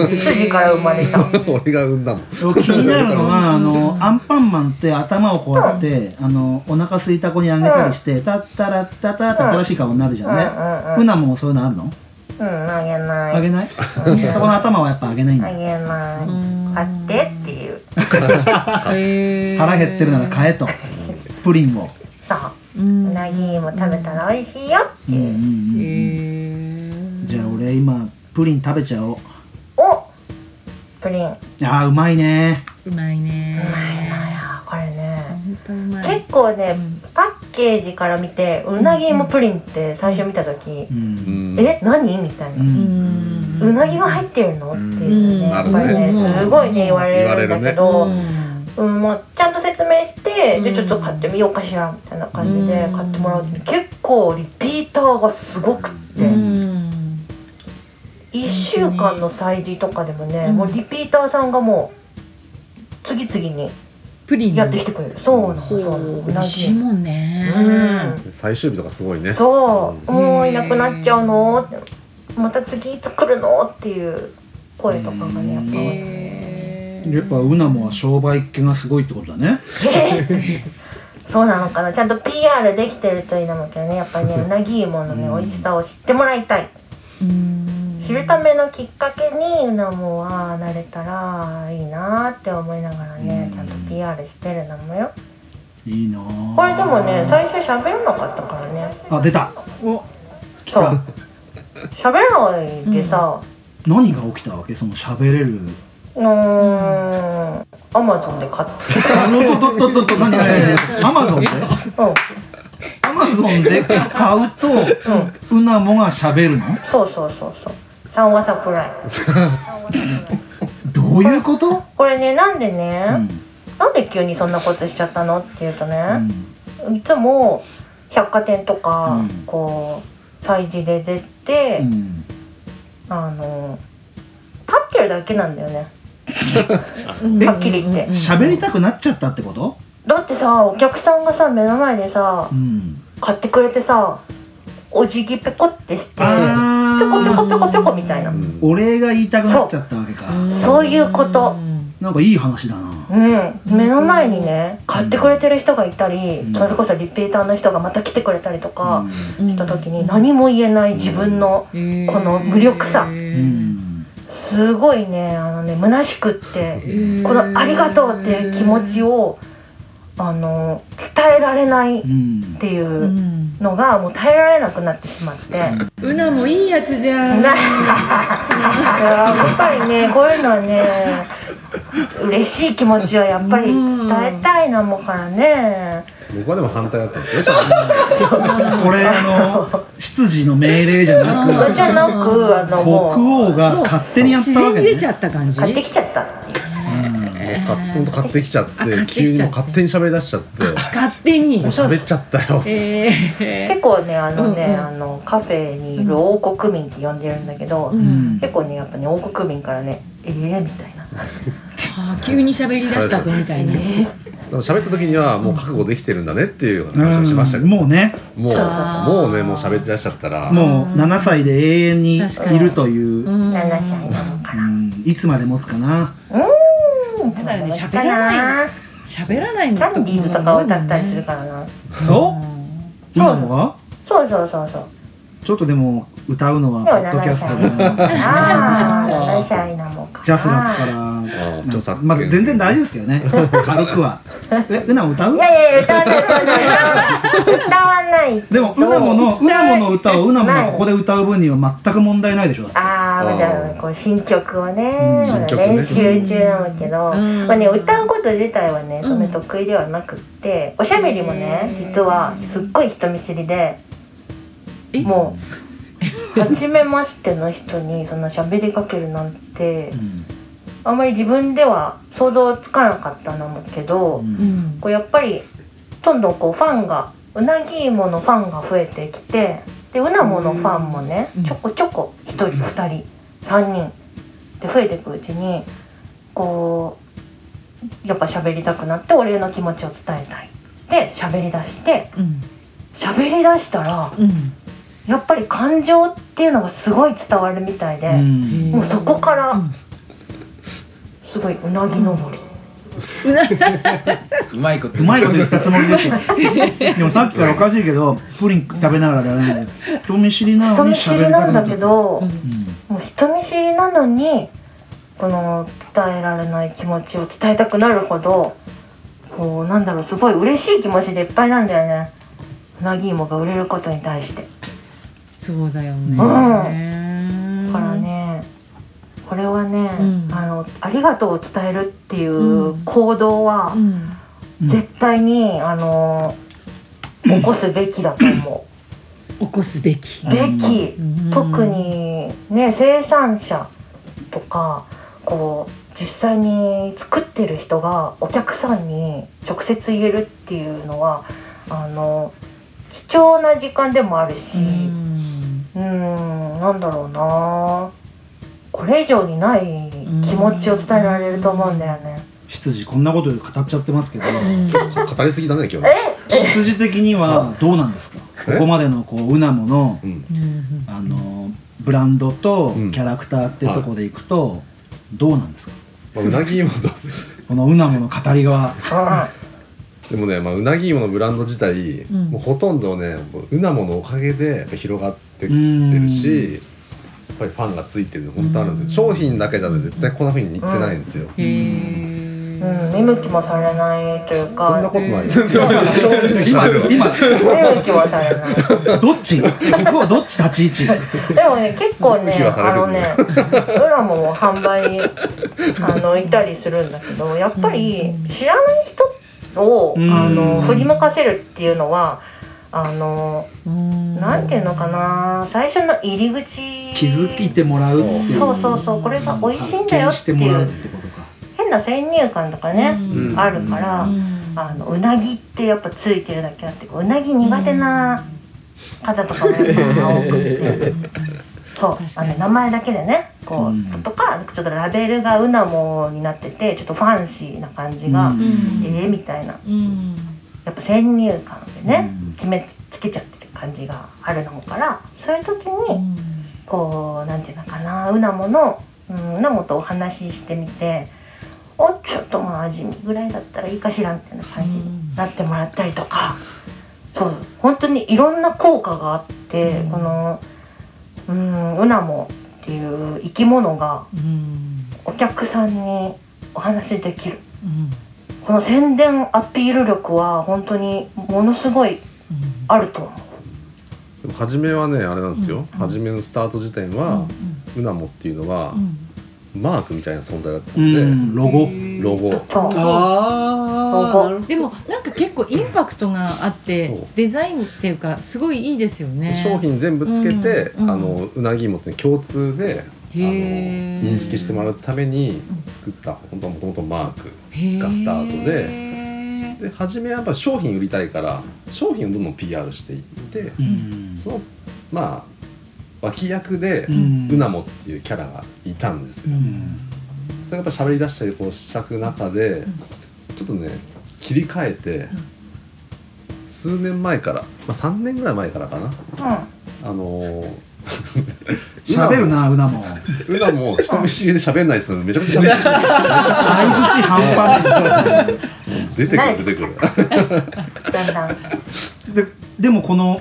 S1: うん
S8: 羊から生まれた
S9: 俺が産んだもん
S1: 気になるのは、あの、アンパンマンって頭をこうやって、あの、お腹すいた子にあげたりして、たったらったたって新しい顔になるじゃんね。
S8: うんう
S1: ふ
S8: んうん
S1: なもんそういうのあるの
S8: うんあげな
S1: あげ
S8: い
S1: ないそこの頭はやっぱあげないん
S8: あ
S1: だ。
S8: げない買ってっていう
S6: へー
S1: 腹減ってるなら買えと。プリンを。
S8: さ
S6: う
S8: うんなぎも食べたら美味しいよって
S1: うんうんうん
S6: へ
S8: いう、
S1: うん
S6: ー
S1: じゃあ俺今、プリン食べちゃおう。
S8: おプリンう
S1: ああ、うまいね。
S6: うまいね
S8: まいなやこれね
S6: 本当うまい
S8: 結構ね
S6: うん
S8: パッケージから見てうなぎ芋プリンって最初見た時
S1: う。
S9: うんん
S8: え何みたいな、
S1: う
S6: うんん
S8: うなぎが入ってるのっていうね、
S6: うん
S8: やっぱりね
S6: なるね
S8: すごいね言われるんだけど、
S6: うん
S8: うんまあ、ちゃんと説明して、
S6: うん
S8: でちょっと買ってみようかしらみたいな感じで
S6: うん
S8: 買ってもらうと結構リピーターがすごくって、
S6: うん
S8: 1週間の催事とかでもね、
S6: うん
S8: もうリピーターさんがもう次々に
S6: プリン
S8: やってきてくれる、そうなの
S6: ほ
S8: そうなの
S6: う
S8: う
S6: 美
S8: な
S6: 味しい
S8: ぎ
S6: もんね
S8: うん
S9: 最終日とかすごいね
S8: そう、もういなくなっちゃう
S6: う
S8: の
S6: ん
S8: ってまた次いつ来るのっていう声とかがねやっぱ多い、
S6: へー
S1: やっぱうなもは商売っ気がすごいってことだね。
S8: そうなのかなちゃんと PR できてるといいなもんけどねやっぱりねうなぎ芋のね美味しさを知ってもらいたい
S6: うん
S8: 知るためのきっかけにうなもはなれたらいいなって思いながらね
S1: うん
S8: ちゃんと PR してるのもよ
S1: いいなあ
S8: これでもね最初喋れなかったからね
S1: あ、出た。
S6: お
S1: 来
S8: そう
S1: た。
S8: 喋らないでさ
S1: 何が起きたわけその喋れる。
S8: うーんアマゾンで買っ
S1: あのととととと何何アマゾンで
S8: たうん
S1: アマゾンで買うと、
S8: うん
S1: うなもが喋るの
S8: そうそうそうそう三話サプライ
S1: どういうこと
S8: これねなんでね、
S1: うん
S8: なんで急にそんなことしちゃったのっていうとね、
S1: うん
S8: いつも百貨店と
S1: う
S8: か、
S1: ん
S8: こう催事で出て、
S1: うん
S8: あの立ってるだけなんだよね
S6: は
S8: はっきり言って
S1: 喋りたくなっちゃったってこと
S8: だってさお客さんがさ目の前でさ
S1: うん。
S8: 買ってくれてさお辞儀ペコってしてペコペ
S1: あ
S8: コペコペコみたいな、
S1: ー。お礼が言いたくなっちゃったわけか。
S8: そういうこと
S1: なんかいい話だな。
S8: うん、目の前にね買ってくれてる人がいたり、
S1: うん
S8: それこそリピーターの人がまた来てくれたりとか
S1: う
S6: 言
S8: した時に何も言えない自分のこの無力さ
S1: んうん
S8: すごいねあのね虚しくって。こ
S6: こ
S8: の「ありがとう」っていう気持ちをあの伝えられないっ
S1: うん。
S8: ていううんのがもう耐えられなくなってしまって。
S6: うなも いいやつじゃん
S8: ないややっぱりねこういうのはね嬉しい気持ちをやっぱり伝えたいなもからね
S9: 僕はでも反対だったんですよ。あ
S1: これあの執事の命令じゃな
S8: それじ
S1: く
S8: ゃなくあの
S1: 国
S8: もう
S1: 王が勝手にやっ
S6: 自
S1: たわ
S6: 然
S1: けね
S6: に出ちゃった感じ
S8: 買ってきちゃったの
S9: のか本当買ってきちゃっ
S6: あ買ってきちゃって
S9: て急にもう勝手に喋り出しちゃっても
S6: 勝手に
S9: う喋っちゃったよ。
S6: ええ
S8: 結構ねあのね、
S6: うんうん
S8: あのカフェにいる王国民って呼んでるんだけど、
S6: うん
S8: 結構ねやっぱね王国民からね「ええみたいな
S6: あー急に喋り出したぞみたいな
S9: でも喋った時にはもう覚悟できてるんだねっていう話をしました
S1: う
S9: け
S1: ん
S9: ど、
S1: もうね
S9: もう
S6: あー
S9: もうねもう喋っちゃっちゃったら
S1: もう7歳で永遠にい
S6: 確かに
S1: るという、うん
S6: うん
S8: 7歳なのかな
S1: いつまで持つかな
S8: うん
S6: だよね喋らない喋らないん
S8: キャ
S6: だ
S8: ンディーズとかを歌ったりするからな、
S1: お今もは
S8: そうそうそうそう
S1: ちょっとでも歌うのは
S8: で
S1: ポ
S8: も
S1: ッドキャ
S8: 7
S1: スト
S8: 歳な
S1: で
S8: のかな7歳なのかな
S1: ジャスラップから
S9: あー
S1: なん
S9: 著
S1: か
S9: 作権
S1: まだ全然大丈夫ですけどね軽くはえうなも歌う
S8: いやいや歌わない歌わない歌わない
S1: でもうなものうなもの歌をうなもがここで歌う分には全く問題ないでしょだって
S8: あーまだこう新曲をね,、
S1: うん
S8: まだ
S9: 新曲ね
S8: 練習中なんだけど、
S6: うん
S8: まあね、歌うこと自体はね
S6: うん
S8: そんな得意ではなくって、おしゃべりもね実はすっごい人見知りで
S6: え
S8: もう初めましての人にそんな喋りかけるなんて
S1: うん
S8: あんまり自分では想像つかなかったんだけど、
S6: うん
S8: こうやっぱりどんどんこうファンがうなぎ芋のファンが増えてきてでうなものファンもね
S6: うん
S8: ちょこちょこ1人2人3人で増えていくうちにこうやっぱ喋りたくなってお礼の気持ちを伝えたいで喋りだして
S6: うん
S8: 喋りだしたら
S6: うん
S8: やっぱり感情っていうのがすごい伝わるみたいで、
S1: うん
S8: もうそこから
S6: うん
S8: すごいうなぎ登り、
S5: うまいこと
S1: うまいこと言ったつもりですよでもさっきからおかしいけどプリン食べながらだね人見知りな
S8: 人
S1: のに
S8: 見知
S1: 喋
S8: り
S1: りた
S8: な
S1: く
S8: ん
S1: なっ
S8: だ
S1: ちゃ
S8: け
S1: った
S8: ど。
S1: うん
S8: もう人見知りなのにこの伝えられない気持ちを伝えたくなるほどこうなんだろうすごい嬉しい気持ちでいっぱいなんだよねうなぎ芋が売れることに対して
S6: そうだよ
S8: だ
S6: ね
S8: からねこれはね、
S6: うん
S8: あのありがとうを伝えるっていうんう行動は
S6: うん
S1: うん
S8: 絶対にあの起こすべきだと思
S6: 起こすべき
S8: う
S1: うん
S8: べき
S6: うん
S8: 特にね生産者とかこう実際に作ってる人がお客さんに直接言えるっていうのはあの貴重な時間でもあるし
S6: う
S8: うん
S6: ん
S8: ーんなんだろうなこれ以上にない気持ちを伝えられると思うんだよね。
S1: 執事こんなこと語っちゃってますけど
S6: うん
S9: 語りすぎだね今日ね。
S8: え
S1: 執事的にはどうなんですかこ
S9: え
S1: こまでのこううなもの
S9: うん
S6: うん
S1: あのブランドとキ
S9: うん
S1: ャラクターってとこでいくとどうなんですか
S9: まあ、うなぎ芋と
S1: このうなもの語りが
S9: でもね、まあ、うなぎ芋のブランド自体、
S6: ん
S9: もうほとんどねもううなものおかげでやっぱ広がってって
S1: う
S9: る
S1: ん
S9: しやっぱりファンがついてるの本当あるんですよ商品だけじゃね絶対こんなふうにいってないんですよ。
S6: へ
S8: う
S6: え
S8: ん、見向きもされないという
S9: そんな
S8: か
S9: ことないよ。
S1: 今今
S8: 見向きもされない。
S1: どっちここはどっち立ち位置
S8: でもね結構ね
S9: 気はされ
S8: あ
S9: て
S8: の
S9: るね
S8: ねドラマも販売にあのいたりするんだけどやっぱり知らない人を
S1: うん
S8: あの振り向かせるっていうのはあの
S6: な
S8: なんていうのかな最初の入り口
S1: 気づいてもらうっていう
S8: そうそうそうこれが美味しいんだよっ
S1: 発見
S8: て
S1: しても
S8: い
S1: らうっ
S8: う
S1: てことか
S8: 変な先入観とかね
S5: うん
S8: あるからあのうなぎってやっぱついてるだけあってうなぎ苦手な方とかもやっぱ多くて。そう
S6: 確か
S8: あ
S6: に
S8: の名前だけでねこう、
S1: うん
S8: とかちょっとラベルがうなもになっててちょっとファンシーな感じが、
S6: ん
S8: ええみたいな
S6: うん
S8: やっぱ先入観でね、
S1: うん
S8: 決めつけちゃってる感じがあるのもからそういう時
S6: う
S8: に
S6: ん
S8: こうなんていうのかなうなもの、うん、うなもとお話ししてみておちょっとまあ味見ぐらいだったらいいかしらみたいな感じになってもらったりとか、そう本当にいろんな効果があって、
S6: うん
S8: このうんうなもっていう生き物が
S6: うん
S8: お客さんにお話しできる
S6: うん
S8: この宣伝アピール力は本当にものすごいあると思
S9: でも初めはねあれなんですよ、
S6: うん
S9: 初めのスタート時点
S6: うん
S9: は、うなもっていうのは、
S6: うん
S9: マークみたいな存在だっ
S1: う
S9: たので、
S1: んロゴ
S9: ロゴ
S8: そう
S9: あ
S8: なる
S6: でもなんか結構インパクトがあって
S9: そう
S6: デザインっていうかすごいいいですよね
S9: 商品全部つけて、
S6: うんうん
S9: あのうなぎ芋って共通であの
S6: へー
S9: 認識してもらうために作った本当はもともとマークがスタートで
S6: へ
S9: で初めはやっぱ商品売りたいから商品をどんどん PR していって
S1: うん
S9: そのまあ脇役で
S1: う
S9: うんなもっていうキャラがいたんです
S6: ーう
S9: よ、
S6: ん
S9: それがやっぱ喋り出したりこうしたく中で
S6: ん
S9: ちょっとね切り替えて数年前から、まあ、3年ぐらい前からかなあのー
S1: 喋るなうなも相
S9: うなも人見知りで喋んないですのでめちゃくちゃ喋って
S1: 槌半端ない
S9: 出てくる出てくる
S8: ほどだんだん
S1: ででもこの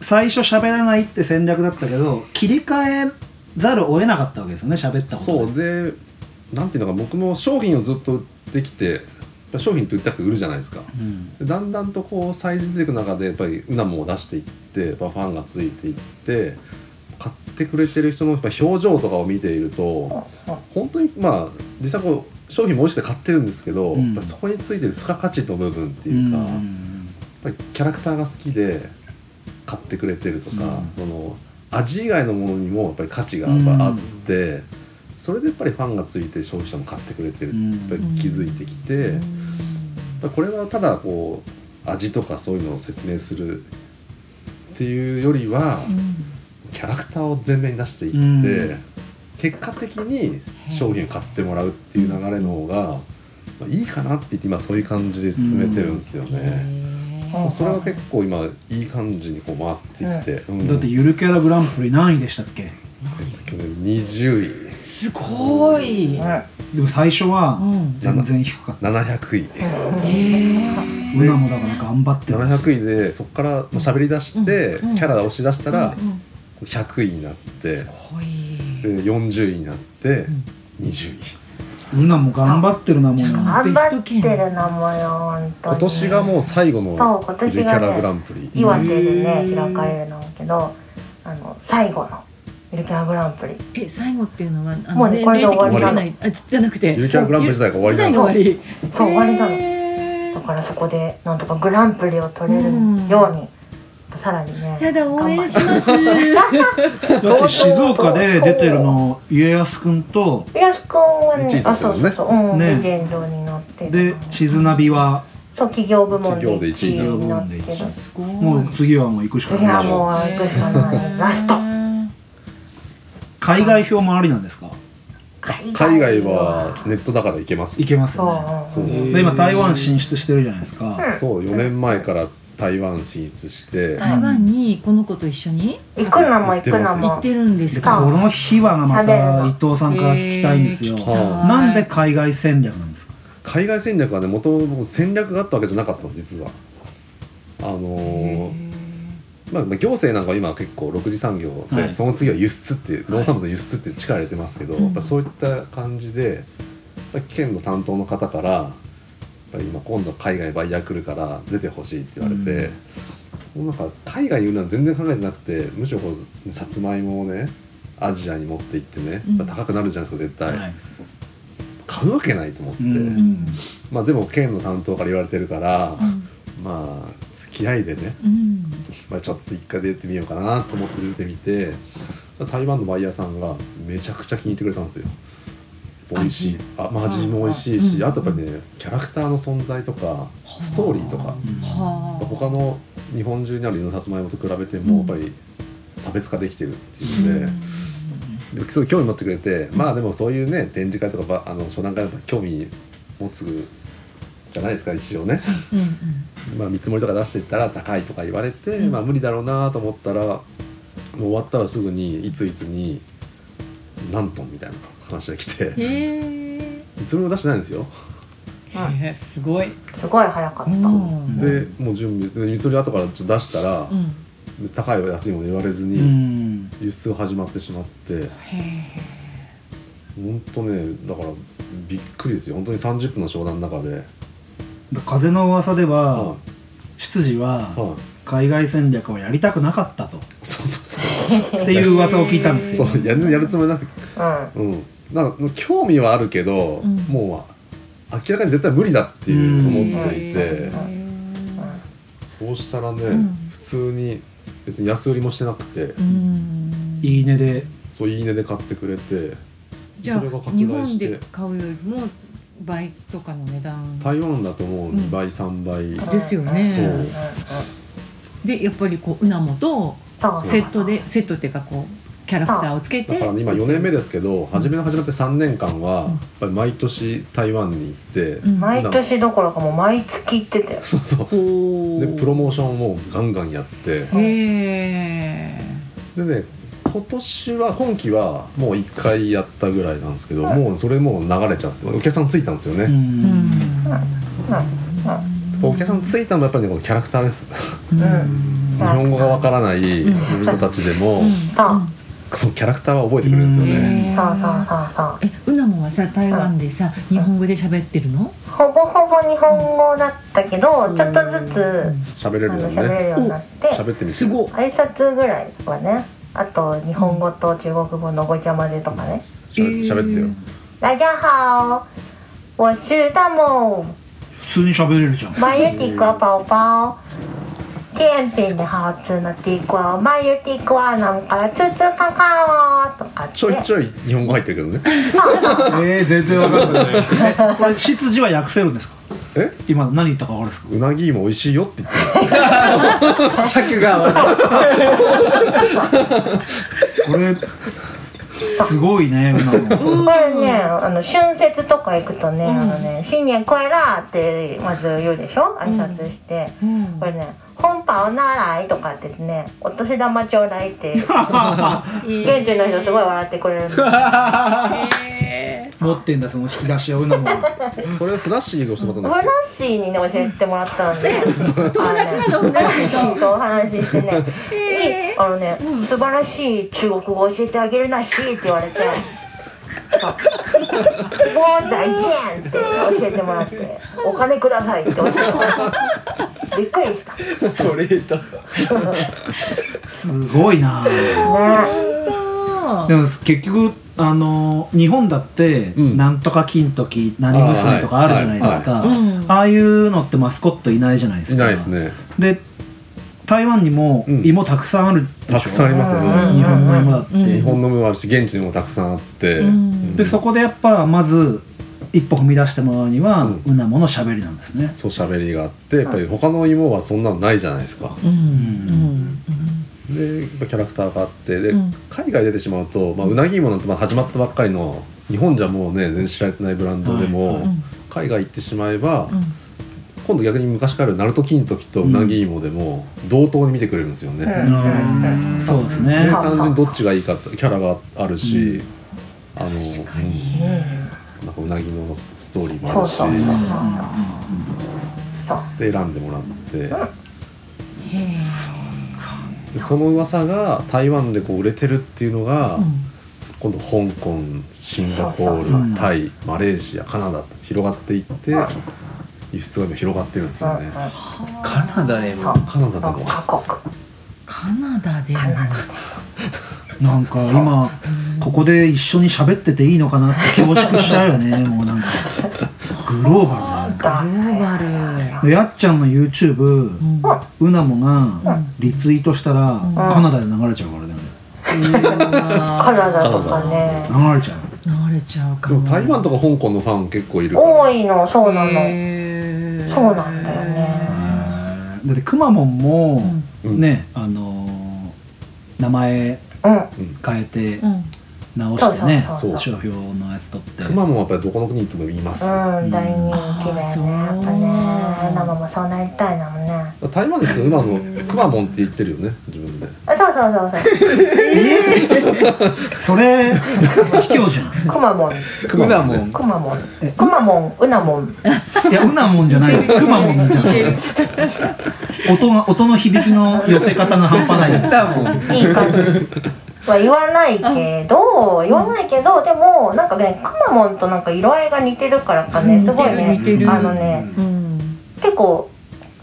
S1: 最初喋らないって戦略だったけど切り替えざるを得なかったわけですよね喋ったこと
S9: そ
S1: で
S9: うでなんていうのか僕も商品をずっと売ってきて商品って売りたくて売るじゃないですか
S1: うん
S9: でだんだんとこう催事出ていく中でやっぱりうなもを出していってやっぱファンがついていって買ってくれてる人のやっぱ表情とかを見ていると本当にまあ実際こう商品も美味しくて買ってるんですけど、
S1: うん
S9: やっぱそこについてる付加価値の部分って
S1: う
S9: いうか、やっ
S1: ん
S9: ぱりキャラクターが好きで買ってくれてるとか、
S1: うん
S9: その味以外のものにもやっぱり価値がやっぱあって、それでやっぱりファンがついて消費者も買ってくれてる、
S1: う
S9: や
S1: ん
S9: っぱり気づいてきて。まあこれはただこう味とかそういうのを説明するっていうよりは、キャラクターを前面に出していって、
S1: うん
S9: 結果的に商品を買ってもらうっていう流れの方が、まあいいかなって言って今そういう感じで進めてるんですよね。まあそれは結構今いい感じにこう回ってきて、うん
S1: だってゆるキャラグランプリ何位でしたっけ
S9: 去年20位
S4: すごい。
S1: でも最初
S6: う
S1: は
S6: ん
S1: 全然低かっ
S9: 700位
S1: たうなもだから頑張ってる
S9: 700位でそこからもう喋り出して、
S6: うんうん
S9: キャラ押し出したら
S6: うんうん
S9: 100位になって。
S6: すごい
S9: で40位になって
S6: ん
S9: 20位、
S1: うなも頑張ってるなも
S6: じゃあ
S1: ん
S8: 頑張ってるなもよ本当に
S9: 今年がもう最後の
S8: そう今
S9: ゆ
S8: 年
S9: るキャラ
S8: が
S9: グラ
S8: ね
S9: ンプリ、
S8: 岩手で
S1: へ
S8: ね
S1: ー
S8: 開かれるんだけどあの最後のゆるキャラグランプリ
S6: え最後っていうのはあの
S8: もうねこれで終わり
S9: なの
S6: 年齢的にはないあじじゃなくて
S9: ゆるキャラグランプリ時代が終わりなん
S6: 時代
S9: で
S6: が終わり
S9: す
S8: そう終わりなの
S6: へ
S8: だ
S6: ー
S8: からそこでなんとかグランプリを取れるように、さらにね
S6: やだ応援します
S1: だって静岡で出てるの家康くんと
S8: いやすくんは
S9: 一位
S8: ね
S9: だ
S8: あ
S9: った
S8: そ
S9: も
S8: うんそ
S9: ね
S8: うそう、うん
S1: ね
S8: レジェンドになってる
S1: で静ナビは
S8: そう企業部門で
S9: 企業で一
S8: 1
S9: 位
S8: 位
S9: なの
S8: になってる
S6: すごい
S1: もう次はもう行くしか
S8: いや
S1: ない
S8: もう行くしかないラスト
S1: 海外票もありなんですか
S9: 海外はネットだから行けます
S1: いけます
S8: そう
S1: よね
S9: そううん
S1: で今台湾進出してるじゃないですか
S8: うん
S9: そう4年前から台湾進出して
S6: 台湾にこの子と一緒に
S8: 行くのも行くの
S6: 行
S8: も
S6: ってるんです
S1: でこ
S6: か
S1: の秘話がまた伊藤さんから聞きたいんですよ、
S6: えー聞き
S9: たい
S1: なんで海外戦略なんですか、
S9: 海外戦略はね元々戦略があったわけじゃなかったの実はあのーまあ、まあ行政なんかは今結構六次産業で、
S1: はい
S9: その次は輸出っていう農産物の輸出って力入れてますけど、
S6: うん
S9: やっぱそういった感じでやっぱ県の担当の方からやっぱり今今度海外バイヤー来るから出てほしいって言われて、もうなんか海外に売るのは全然考えてなくてむしろこうさつまいもをねアジアに持って行ってね
S6: うん、
S9: やっぱ高くなるじゃないですか絶対、
S1: はい
S9: 買うわけないと思って、
S1: うん
S6: うん
S9: まあでも県の担当から言われてるから、
S6: うん
S9: まあ付き合いでね
S6: うん
S9: まあ、ちょっと一回出てみようかなと思って出てみて台湾のバイヤーさんがめちゃくちゃ気に入ってくれたんですよ美味しいあまあ味も美味しいし、
S6: うん
S9: あとやっぱりねキャラクターの存在とかストーリーとか
S6: はあ
S9: 他の日本中にあるのさつまいもと比べて
S6: う
S9: も
S6: ん
S9: やっぱり差別化できてるっていうので、すごい興味持ってくれてまあでもそういうね展示会とかばあの商談会とか興味持つじゃないですか一応ね
S6: うんうん
S9: まあ、見積もりとか出していったら高いとか言われて、
S6: うん
S9: まあ、無理だろうなと思ったらもう終わったらすぐにいついつに何トンみたいな話が来て
S6: へえ
S9: 見積もりも出してないんですよ
S6: へえすごい
S8: すごい早かった、
S6: うん
S9: でもう準備で見積もり後からちょっと出したら
S6: う、ん
S9: 高いは安いもの言われず
S1: う
S9: に
S1: ん
S9: 輸出が始まってしまって
S6: へえ
S9: 本当ねだからびっくりですよ本当に30分の商談の中で、
S1: 風の噂では、
S9: は
S1: 出自
S9: い
S1: は
S9: はい
S1: 海外戦略をやりたくなかったと
S9: そうそうそ う
S1: っていう噂を聞いたんです
S9: そ
S1: よ
S9: うやるやるつもりなくて、
S8: うん
S9: うん、なんか興味はあるけど、
S6: うん
S9: もう明らかに絶対無理だっていう思っていて、そうしたらね、
S6: ん
S9: 普通に別に安売りもしてなくて、
S6: うん
S1: いいねで
S9: そういいねで買ってくれて
S6: じゃあ
S9: それが拡
S6: 日
S9: 大
S6: 本
S9: して
S6: で買うよりも倍とかの値段
S9: 台湾だともう2倍、3倍
S6: ですよ
S9: そう
S6: ね。でやっぱりこううなもと
S8: そう
S6: セットでセットっていうかこうキャラクターをつけ
S9: だ
S6: て
S9: から今4年目ですけど初めの始まって3年間
S6: う
S9: は
S6: ん
S9: やっぱり毎年台湾に行って、
S6: うん
S8: 毎年どころかもう毎月行ってたよ
S9: そうそう
S6: お
S9: で
S6: ー
S9: プロモーションもガンガンやって
S6: へえ
S9: でね今年は今期はもう1回やったぐらいなんですけど、もうそれもう流れちゃってお客さんついたんですよね、
S1: うん
S9: お客さんついたのもやっぱりねこのキャラクターです
S6: うん
S8: うん
S9: 日本語がわからない人
S6: ん
S9: たちでも、
S8: そう
S9: このキャラクターは覚えてくれるんですよね、
S6: へー
S8: そうそうそうそう
S6: えうなもはさ台湾でさ日本語で喋ってるの
S8: ほぼほぼ日本語だったけど、ちょっとずつ
S9: 喋れ
S8: あ
S9: る
S8: の
S9: よ
S8: 喋れ
S9: ね
S8: るようになって
S9: 喋ってみて
S6: すごい
S8: 挨拶ぐらいはねあと日本語と中国語のごちゃ混ぜとかね
S9: 喋喋ってよ、
S8: 「大家好我是大某
S1: 普通に喋れるじゃん
S8: マユティクワ宝宝甜品で好吃のティクワをマユティクワなんからツツカカオとかって
S9: ちょいちょい日本語入ってるけどね
S1: えー、全然わかんないえ これ執事は訳せるんですか
S9: え
S1: 今何言ったかわかるんですか
S9: うなぎも美味しいよって言ってる
S5: 尺が合わない
S1: これすごいね今の
S8: これねあの春節とか行くとね「あのね新年こえら」ってまず言うでしょ挨拶して、これね「本パおならい」とかって言ってね「お年玉ちょうだい」って現地の人すごい笑ってくれるの
S1: 持ってんだその引き出しをうなもん
S9: それをフラッシーが教えたん
S8: フ
S9: だ
S8: ラ
S9: っ
S8: ッシーにね教えてもらったんで
S4: の
S8: 友達なフラッシーとお話ししてねいいあのね、素晴らしい中国語を教えてあげるなしーって言われて「そうもう財源!」って教えてもらって「お金ください」って教えてもらってびっくりしたね
S9: けストレート
S1: すごいなでも結局あの日本だって、
S9: うん
S1: なんとか金時何娘とかあるじゃないですか、ああいうのってマスコットいないじゃないです
S9: い
S1: か
S9: ないですね
S1: で台湾にも
S9: うん
S1: 芋たくさんあるでしょ、
S9: たくさんありますよね、
S8: うん
S1: 日本の芋だって、
S6: うん
S9: 日本のもあるし現地にもたくさんあって、
S6: うん
S1: でそこでやっぱまず一歩踏み出してもらうには、
S9: うん
S1: うなものしゃべりなんですね
S9: そう喋りがあってやっぱり他の芋はそんなのないじゃないですか
S6: うん
S9: でやっぱキャラクターがあってで、
S6: うん
S9: 海外出てしまうと、まあ、うなぎ芋なんてまあ始まったばっかりの日本じゃもうね全然知られてないブランドでも、
S1: はい
S6: うん
S9: 海外行ってしまえば、
S6: うん
S9: 今度逆に昔からあるナルト金時とうなぎ芋でも同等に見てくれるんですよね。
S8: うん
S1: うーんそうです
S9: で
S1: ね
S9: 単純にどっちがいいかってキャラがあるし、
S1: うん
S9: あの
S6: 確かに
S9: うんなんかうなぎのストーリーも
S8: そ
S9: あ
S8: う
S9: るし
S8: そうそう
S9: で選んでもらって
S6: へえ
S9: でその噂が台湾でこう売れてるっていうのが、
S6: うん
S9: 今度香港シンガポ
S1: う
S9: ー
S1: ん
S9: ルタイマレーシアカナダと広がっていって輸出が今広がってるんですよね
S5: カナダでも
S9: カナダでも
S8: 各国
S6: カナダでも
S1: なんか今ここで一緒に喋ってていいのかなって恐縮しちゃうよ ねもうなんかグローバルだね
S8: グロ
S6: グローバル
S1: でやっちゃんの YouTube
S6: うん
S1: うなもがリツイートしたら、カナダで流れちゃうからね
S8: カ
S6: カ
S8: ナダとかね
S1: 流れちゃう
S6: 流れちゃうか
S9: で
S6: も
S9: も台湾とか香港のファン結構いるから
S8: 多いのそうなの
S6: へえ
S8: そうなんだよね
S1: だってくまモンも
S9: うん
S1: ね、あのー名前
S8: うん
S1: 変えて
S6: うん
S1: 直し
S8: そう
S1: て
S8: そう
S1: ね
S8: そうそう
S1: 商標のやつ取って
S9: くまモンはやっぱりどこの国に行ってもいます、
S8: うん、大人気だよね。やっぱね
S6: あ、そう
S8: なんかもうそうなりたいなもんね。
S9: 台湾ですけど今のくまモンって言ってるよね自分で
S8: あそうそうそう
S1: そ れ卑怯じゃん
S8: そう。くまモン、
S9: くまモンです
S8: くまモン、くまモン、うなもん。
S1: いやうなもんじゃないくまモンじゃ ない音が音の響きの寄せ方が半端ないじゃん
S8: いい感じ。は言わないけど、言わないけど、でもなんかね、くまモンとなんか色合いが似てるからかね、すごいね
S6: 似てる似て、る
S8: あのね、
S6: うん
S8: 結構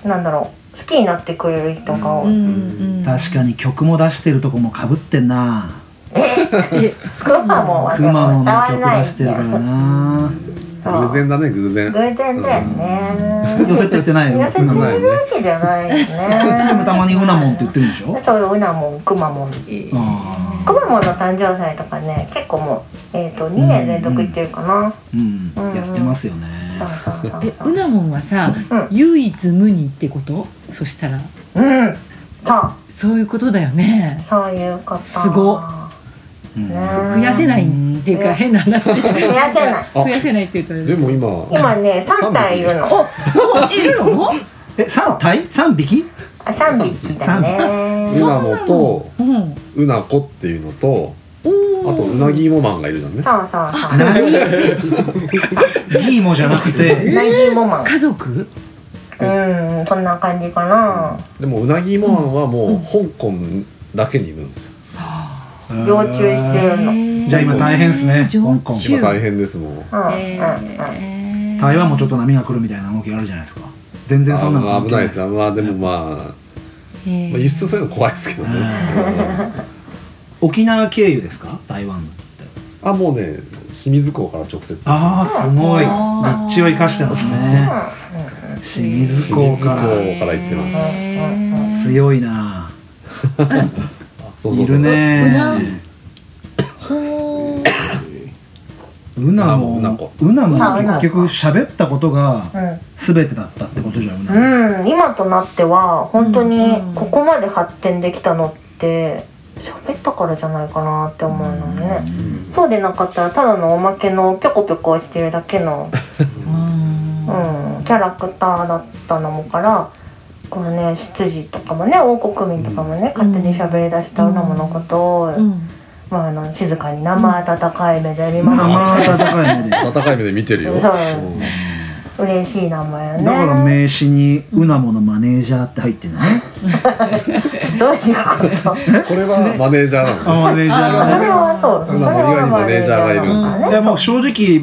S8: なんだろう、好きになってくれる人が多
S6: う
S8: い。
S6: んうん
S1: 確かに曲も出してるとこもかぶってんな
S8: え熊も
S1: く
S8: 私も
S1: まモン
S8: 伝わら
S1: の曲
S8: ない
S1: 出してるからな
S8: そう
S9: 偶然だね偶然
S8: 偶然だよね
S1: 寄せてってないよ
S8: 痩せて
S1: うなもん
S8: るわけじゃないですね
S1: でもたまにうなもんって言ってるんでしょ
S8: そううなもんくまもんく
S1: ああ
S8: まもんの誕生祭とかね結構もう、えー、と2年連続行ってるかな、
S1: うん
S8: うん
S1: やってますよ
S8: そ
S1: ね
S8: うそう
S6: え
S8: そう
S6: うなもんはさ、
S8: うん
S6: 唯一無二ってことそしたら
S8: うんそう
S6: そういうことだよね
S8: そういうこと
S6: すごっ
S1: うん
S8: ね
S6: 増やせないっていう
S8: うん
S6: か変な 話増
S8: 増やせない
S9: あ
S6: 増やせないっていうとあれ
S9: でも今
S8: 今ね3体いるの
S9: 3匹
S8: あ
S6: いるの
S1: え三体三匹
S8: 3匹だね
S9: うなもと
S6: うん
S9: うなこっていうのとあ
S6: お
S9: とうなぎいもマンがいるじゃんね
S8: そうそうそう
S1: 何ギーモじゃなく
S8: う
S1: て
S8: なぎもまん
S6: 家族
S8: うんそんな感じかな
S9: でもうなぎいもマンはもう香港だけにいるんですよ
S8: 幼虫してるのうん
S1: じゃあ今大変ですね香
S6: 上
S1: 港
S6: 級
S9: 今大変ですもん
S8: うん
S6: えー
S1: 台湾もちょっと波が来るみたいな動きあるじゃないですか全然そんなの
S9: あ危ないです
S1: よ
S9: まあでもまあ
S6: えー
S9: まあ輸出そういうの怖いですけどね
S1: うん
S9: うん
S1: 沖縄経由ですか台湾って
S9: あもうね清水港から直接
S1: ああすごい
S6: あー
S1: 立地を生かしてますね
S8: う
S1: 清水港か
S9: 清
S1: ら
S9: 水港から行ってます
S6: えー
S1: 強いな
S9: そうそうそう
S1: いる
S6: う
S1: ね
S6: なほー
S1: うなも
S9: うなも
S1: うなも
S8: あうな
S1: 結局喋ったことが
S8: んうん
S1: 全てだったってことじゃんうなも
S8: うん、今となっては本当に
S6: うん
S8: ここまで発展できたのって喋ったからじゃないかなって思うのねそうでなかったらただのおまけのぴょこぴょこしてるだけの、うん、キャラクターだったのもからこのね執事とかもね王国民とかもね、
S6: うん
S8: 勝手に喋り出したうなものことを、
S6: うん
S8: まあ、あの静かに生温かい目で見
S1: 生
S8: 守って、
S1: 温かい目でだ
S9: 温かい目で見てるよ
S8: そう
S9: うん
S8: 嬉しい名前よね
S1: から名刺にうなものマネージャーって入ってるね
S8: どういう こと
S9: こ れはマネージャーなの
S1: あマネージャー
S8: そ
S1: が
S8: れ
S1: ね
S8: はそう。それ
S9: 今森
S8: は
S9: が今マネージャーがいる
S8: マネージャーだからね
S1: いやもう正直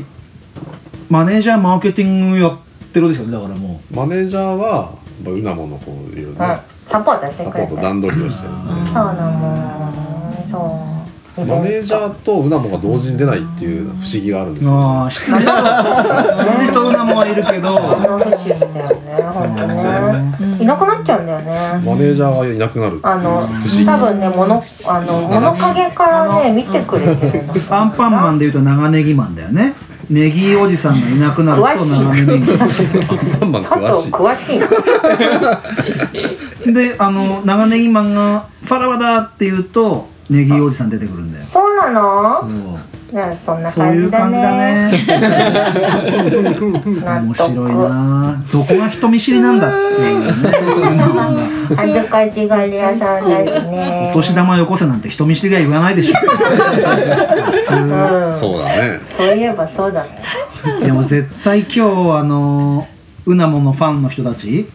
S1: マネージャーマーケティングやってるですよねだからもう
S9: マネージャーはやっぱうなものこういろいろね
S8: うんサポートして
S9: サ
S8: く
S9: ポ
S8: れ
S9: ー
S8: て。
S9: ト
S8: そう
S9: 段取りをしてるん
S8: なの。そう。
S9: でマネージャ
S8: ー。
S9: ーとうなもが同時に出ないっていう不思議があるんです
S1: あ
S9: よ
S1: あ羊と羊とうなもはいるけど
S8: あの不思議だよね。本当ね。いなくなっちゃうんだよね。
S9: マネージャーがいなくなる
S8: あの
S9: 不思議
S8: 多分ね物あの物陰からね見てくれてるの。
S1: アン パンマンでいうと長ネギマンだよねネギおじさんがいなくなると長ネギマ
S9: パンマン
S8: 佐
S9: 詳し
S8: 藤詳し
S9: い
S8: いな。
S1: ンであの長ネギマンが「さらばだ!」って言うとネギおじさん出てくるんだよ
S8: そうなの？
S1: そう
S8: ねそんな
S1: そう
S8: 感
S1: いう
S8: じだ
S1: 感じだ
S8: ね。
S1: ね
S8: 納
S1: 面
S8: 得。
S1: 白いなどこが人見知りなんだっていうね
S8: 恥ずかしがり屋さんだしね。
S1: お年玉よこせなんて人見知りが言わないでしょ
S8: うん。
S9: そうだね
S8: そういえばそうだね。
S1: でも絶対今日あのうなものファンの人たち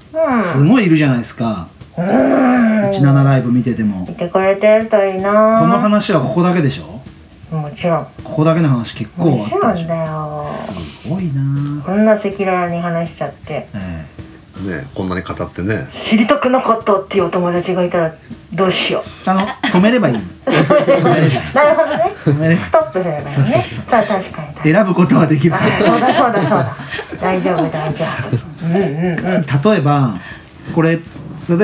S1: すごいいるじゃないですか
S8: うん。
S1: 17ライブ見てても
S8: 見てくれてるといい
S1: この
S8: な
S1: 話はここだけでしょ
S8: もちろん
S1: ここだけの話結構
S8: も
S1: あ
S8: ち
S1: った
S8: ろ
S1: でし
S8: ん
S1: ょ
S8: だよ
S1: すごいな
S8: こんな赤裸々に話しちゃって
S1: ええ
S9: ねこんなに語ってね
S8: 知りたくなかったっていうお友達がいたらどうしよ
S1: あの止めればいい
S8: うなるほどね
S1: 止めればい
S8: ストップすればいいね
S1: そうそう
S8: そう確かに確か
S1: い
S8: に
S1: 選ぶことはできる
S8: あそうだそうだそうだ大丈夫大丈夫うんうんうん
S1: 例えばこれ例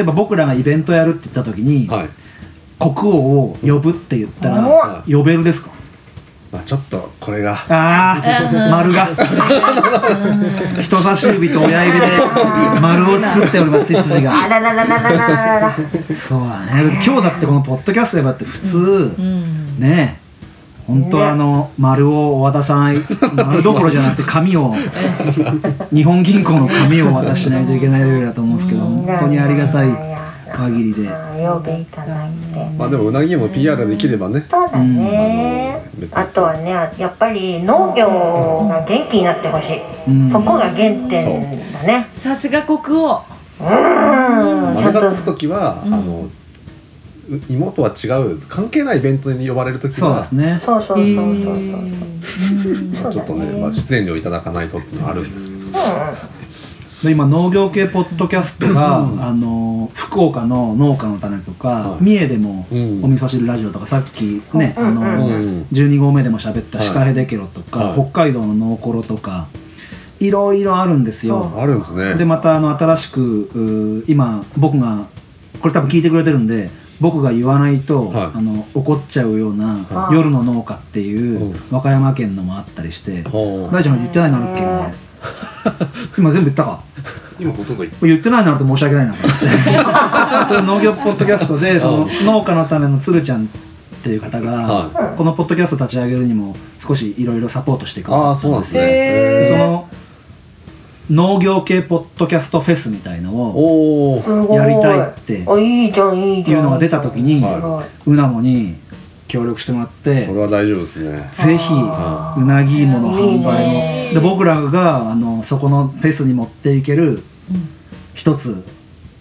S1: えば僕らがイベントやるって言った時に、
S9: はい
S1: 国王を呼ぶって言った
S8: お
S1: ら呼べるですか
S9: まあちょっとこれが
S1: ああ丸が人差し指と親指で丸を作っております背筋が
S8: あらららららららら
S1: そうだね今日だってこのポッドキャストでだって普通、
S6: うん
S1: ねえ本当はあの丸をお渡さない丸どころじゃなくて紙を日本銀行の紙をお渡ししないといけないレベルだと思うんですけど本当にありがたい限りで
S8: 呼びいただいて
S9: まあでもうなぎも PR できればね
S8: そうだね、
S9: うん
S8: あとはねやっぱり農業が元気になってほしい、
S1: うん
S8: そこが原点だね
S6: さすが国王
S8: うんちゃ
S9: 丸
S8: ん
S9: が
S8: と
S9: つく時はあ
S6: うん
S9: のう妹は違う関係ないイベントに呼ばれる時
S1: そうで
S9: は
S1: すね
S8: そうそうそうそうそう、
S6: え
S8: うんう
S6: ー
S9: まあちょっと
S8: そうだ
S9: ね
S8: ね
S9: まあ出演料いただかないとっていうのはあるんですけど
S8: ん
S1: で今農業系ポッドキャストが、
S9: うん
S1: あの福岡の農家の種とか、
S9: はい
S1: 三重でも
S9: う
S1: お
S9: ん
S1: 味噌汁ラジオとかさっきね、
S8: うん
S1: あ
S9: う
S1: の、
S9: ん
S1: 12号目でも喋ったシカヘデケロとか、
S9: はい
S1: 北海道のノーコロとかいろいろあるんですよ。
S9: あるんですね
S1: でまたあの新しくうー今僕がこれ多分聞いてくれてるんで僕が言わないと、
S9: はい
S1: あの怒っちゃうような
S9: は
S1: 「夜の農家」っていううん和歌山県のもあったりして
S9: ほう
S1: 大ちゃん言ってないなるっけ
S8: へー
S1: 今全部言ったか
S9: 今ほとんどい
S1: 言ってないなると申し訳ないなと思って それ農業ポッドキャストでその農家のためのつるちゃんっていう方が
S9: は
S1: このポッドキャスト立ち上げるにも少しいろいろサポートしてくれ
S9: あ
S1: た
S9: あそうなんですね
S1: でそ
S8: へ
S1: の農業系ポッドキャストフェスみたいのを
S9: おお
S8: ーすごい
S1: やりたいって
S8: あいいじゃんいいじゃん
S1: いうのが出た時に
S8: すごい
S1: ウナモに協力してもらって
S9: それは大丈夫ですね
S1: ぜひ
S8: あー
S1: うなぎ芋の販売も
S8: いいね
S1: で僕らがあのそこのフェスに持っていける一つ、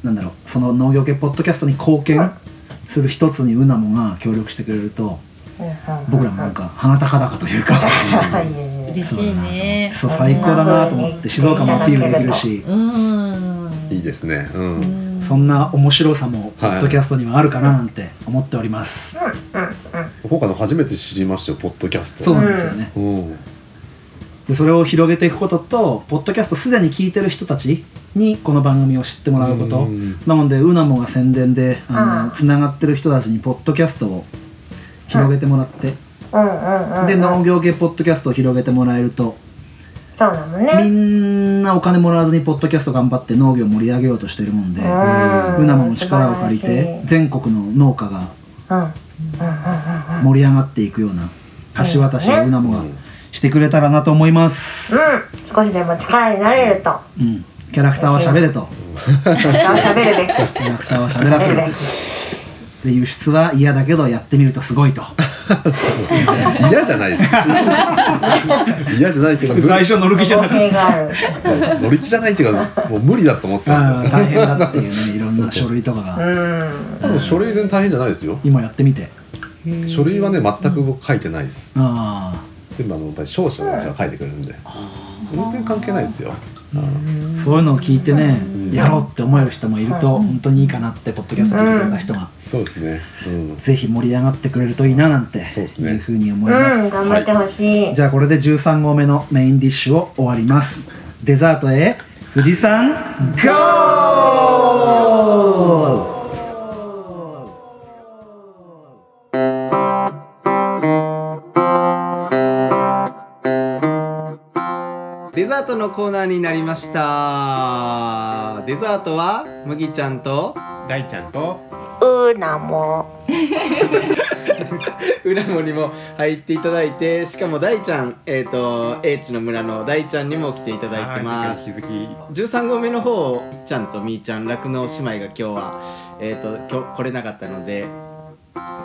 S1: なんだろうその農業系ポッドキャストに貢献する一つにうなもが協力してくれると僕らもなんか鼻高々というか
S8: はいいえいえ
S4: 嬉しいね
S1: そう最高だなと思って静岡もアピールできるし、
S4: うん
S9: いいですねうん
S1: そんな面白さもポ
S9: はい
S1: ッドキャストにはあるかななんて思っております、
S9: 今回の初めて知りましたよポッドキャスト
S1: そうなんですよね、
S9: うん
S1: でそれを広げていくこととポッドキャストすでに聞いてる人たちにこの番組を知ってもらうこと、
S9: うん
S1: なのでうなもが宣伝であ
S8: う
S1: の
S8: ん
S1: つながってる人たちにポッドキャストを広げてもらって、
S8: うんうんうん
S1: で農業系ポッドキャストを広げてもらえると、
S8: そうなの
S1: み
S8: ね
S1: んなお金もらわずにポッドキャスト頑張って農業を盛り上げようとしてるもんで、う
S8: うん
S1: なもの力を借りて全国の農家が
S8: うんうんうん
S1: 盛り上がっていくような橋渡しをうなもがしてくれたらなと思います、
S8: うん少しでも力になれると
S1: うん、キャラクターは喋れと
S8: 喋るべき
S1: キャラクターは喋らせる
S8: 喋るべき
S1: で輸出は嫌だけどやってみるとすごいと
S9: 嫌じゃない です嫌じゃないけど無理
S1: 最初乗る気じゃなかっ
S8: 語弊がある
S9: 乗り気じゃないっていうかもう無理だと思ってた
S1: た
S9: ん
S1: う
S9: で
S1: ん大変だっていうねいろんな書類とかが
S8: うん
S9: でも書類全然大変じゃないですよ
S1: 今やってみて
S9: 書類はね全く僕書いてないです
S1: あ
S9: 全部あのやっぱり商社の人が書いてくれるんで全然関係ないですよ
S1: あそういうのを聞いてね
S9: うん
S1: やろうって思える人もいると本当にいいかなってポッドキャスト聞いてくれた人が
S9: そうですねうん
S1: ぜひ盛り上がってくれるといいななんて
S9: そうですね
S1: いうふうに思いま
S8: うん、
S1: す
S8: 頑張ってほしい。
S1: じゃあこれで13合目のメインディッシュを終わりますデザートへ富士山ゴー
S7: デザートのコーナーになりましたデザートは麦ちゃんと大ちゃんと
S8: うーなも。
S7: うなもにも入っていただいてしかも大ちゃんえっ、と英知の村の大ちゃんにも来ていただいてます引き13号目の方ちゃんとみーちゃん酪農姉妹が今日はえっ、と今日来れなかったので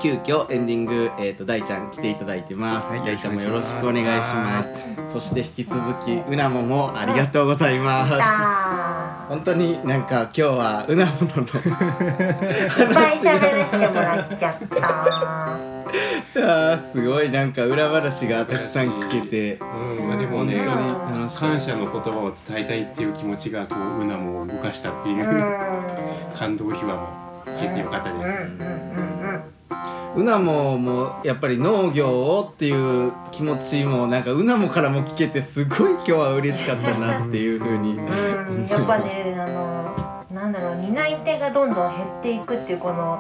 S7: 急遽エンディング、えー、と大ちゃん来ていただいてます、大ちゃんもよろしくお願いしますそして引き続きうなももありがとうございます、
S8: あ
S7: 本当になんか今日はうなものの
S8: ーいっぱい
S7: 話
S8: 喋らせても
S7: が
S8: らっちゃった。
S7: あーすごいなんか裏話がたくさん聞けて
S10: うんまあ、でも
S7: 本当に
S10: ね
S7: 楽しい
S10: 感謝の言葉を伝えたいっていう気持ちがこううなもを動かしたっていうう、
S8: ん。
S10: 感動秘話も聞いてよかった
S8: うんう
S10: で
S8: ん
S10: す、
S8: うん
S7: うなももやっぱり農業をっていう気持ちもなんかうなもからも聞けてすごい今日は嬉しかったなっていうふうに
S8: うん。うん、やっぱね、あの、なんだろう、担い手がどんどん減っていくっていうこの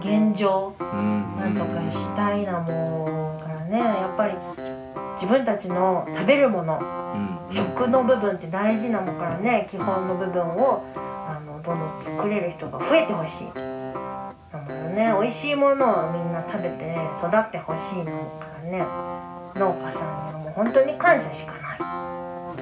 S8: 現状、
S7: うん
S8: なんとかしたいなもんからね、やっぱり。自分たちの食べるもの
S7: うん
S8: 食の部分って大事なもんからね基本の部分をあのどんどん作れる人が増えてほしいだもんね美味しいものをみんな食べてね育ってほしいのもからね農家さんにはもう本当に感謝しかない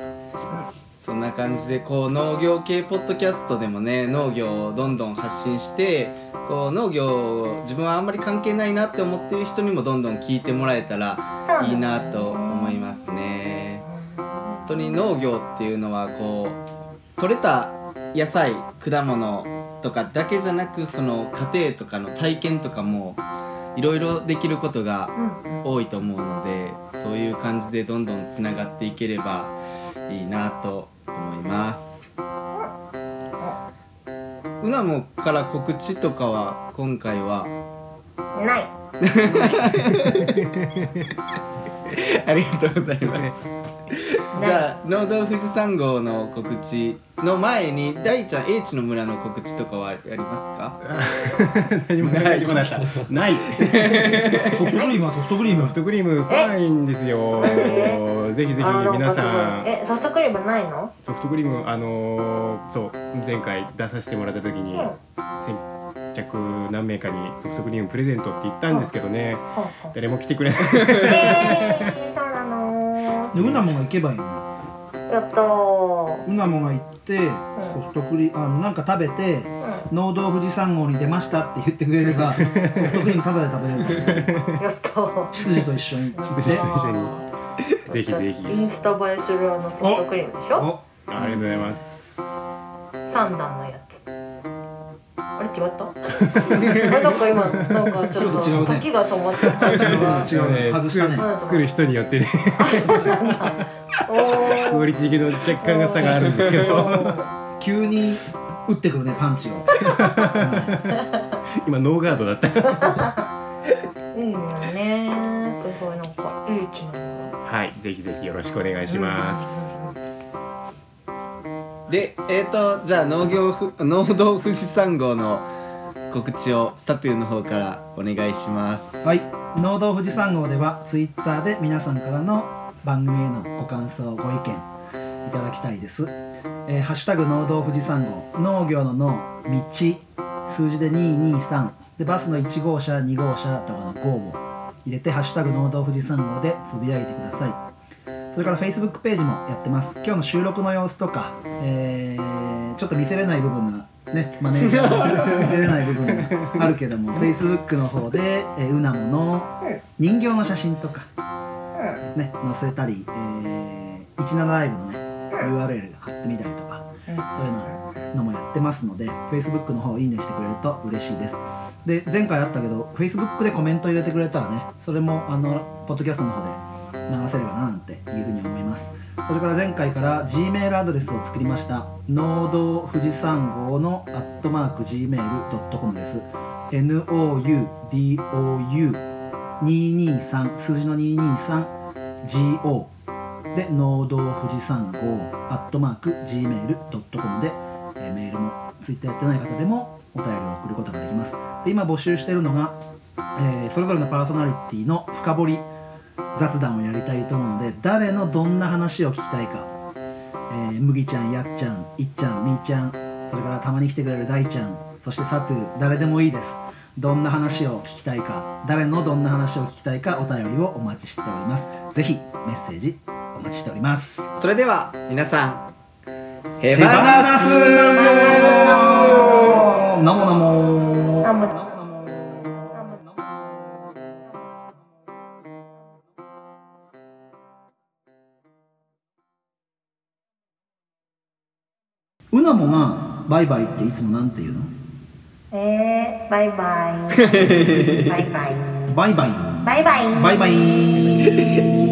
S7: そんな感じでこう農業系ポッドキャストでもね農業をどんどん発信してこう農業を自分はあんまり関係ないなって思ってる人にもどんどん聞いてもらえたらいいなと思いますね。本当に農業っていうのはこう取れた野菜果物とかだけじゃなくその家庭とかの体験とかもいろいろできることが
S8: うん
S7: 多いと思うのでそういう感じでどんどんつながっていければいいなと思いますうなもから告知とかは今回は
S8: ない
S7: ありがとうございます。じゃあ農道富士山号の告知の前に大ちゃん英知の村の告知とかはありますか？
S10: 何もない何もないない
S7: ソフトクリームは
S10: ソフトクリームソフトクリーム怖いんですよぜひぜひ
S8: あなんか
S10: 皆
S8: すごい
S10: さん
S8: えソフトクリームないの
S10: ソフトクリームあのーそう前回出させてもらった時に先着何名かにソフトクリームプレゼントって言ったんですけどね誰も来てくれない
S1: でうなもんが行けばいいの
S8: やったー
S1: うなもんが行ってソフトクリームあのなんか食べて農道富士山号に出ましたって言ってくれれ ばソフトクリームタダで食べれるから
S8: やっ たー
S1: 羊と一緒に
S10: 羊と一緒にぜひぜひ
S8: インスタ映えするあのソフトクリームでしょ
S10: ありがとうございます
S8: 三段のやつあれ違った あれなんか今なんかちょっと
S10: ちょっと違うね
S8: 時が止まって た
S10: 違うね
S1: 外したね
S10: 作る作る人によってね
S8: おー
S10: クオリティの若干が差があるんですけど
S1: 急に打ってくるねパンチを
S10: 今ノーガードだった
S8: いいよねーすごいなんかいい気分
S10: はいぜひぜひよろしくお願いします
S7: でえっ、ー、とじゃあ農業ふ 農道富士山号の告知をスタトゥーの方からお願いします。
S1: はい、農道富士山号ではツイッターで皆さんからの番組へのご感想ご意見いただきたいです、えーハッシュタグ農道富士山号農業の農道数字で223でバスの1号車2号車とかの号を入れてハッシュタグ農道富士山号でつぶやいてくださいそれから Facebook ページもやってます今日の収録の様子とか、えーちょっと見せれない部分がねマネージャー の見せれない部分があるけども Facebook の方で、えー、うなもの人形の写真とかね載せたり、えー、17ライブのね URL 貼ってみたりとかそういうののもやってますので Facebook の方いいねしてくれると嬉しいですで前回あったけど Facebook でコメント入れてくれたらねそれもあのポッドキャストの方で流せればななんていうふうに思いますそれから前回から G メールアドレスを作りました農道富士山号のアットマーク Gmail.com です NOUDOU223 数字の 223GO で農道富士山号アットマーク Gmail.com で、えーメールも Twitter やってない方でもお便りを送ることができますで今募集しているのが、えーそれぞれのパーソナリティの深掘り雑談をやりたいと思うので誰のどんな話を聞きたいか、えー、麦ちゃんやっちゃんいっちゃんみーちゃんそれからたまに来てくれる大ちゃんそしてサトゥ誰でもいいですどんな話を聞きたいか誰のどんな話を聞きたいかお便りをお待ちしておりますぜひメッセージお待ちしております
S7: それでは皆さんヘ
S1: バナスナモナモ
S8: ナモ
S1: うなもがバイバイっていつもなんて言うの
S8: えー、バイ バイバイバイ
S1: バイバイ
S8: バイバイ
S1: バイバイ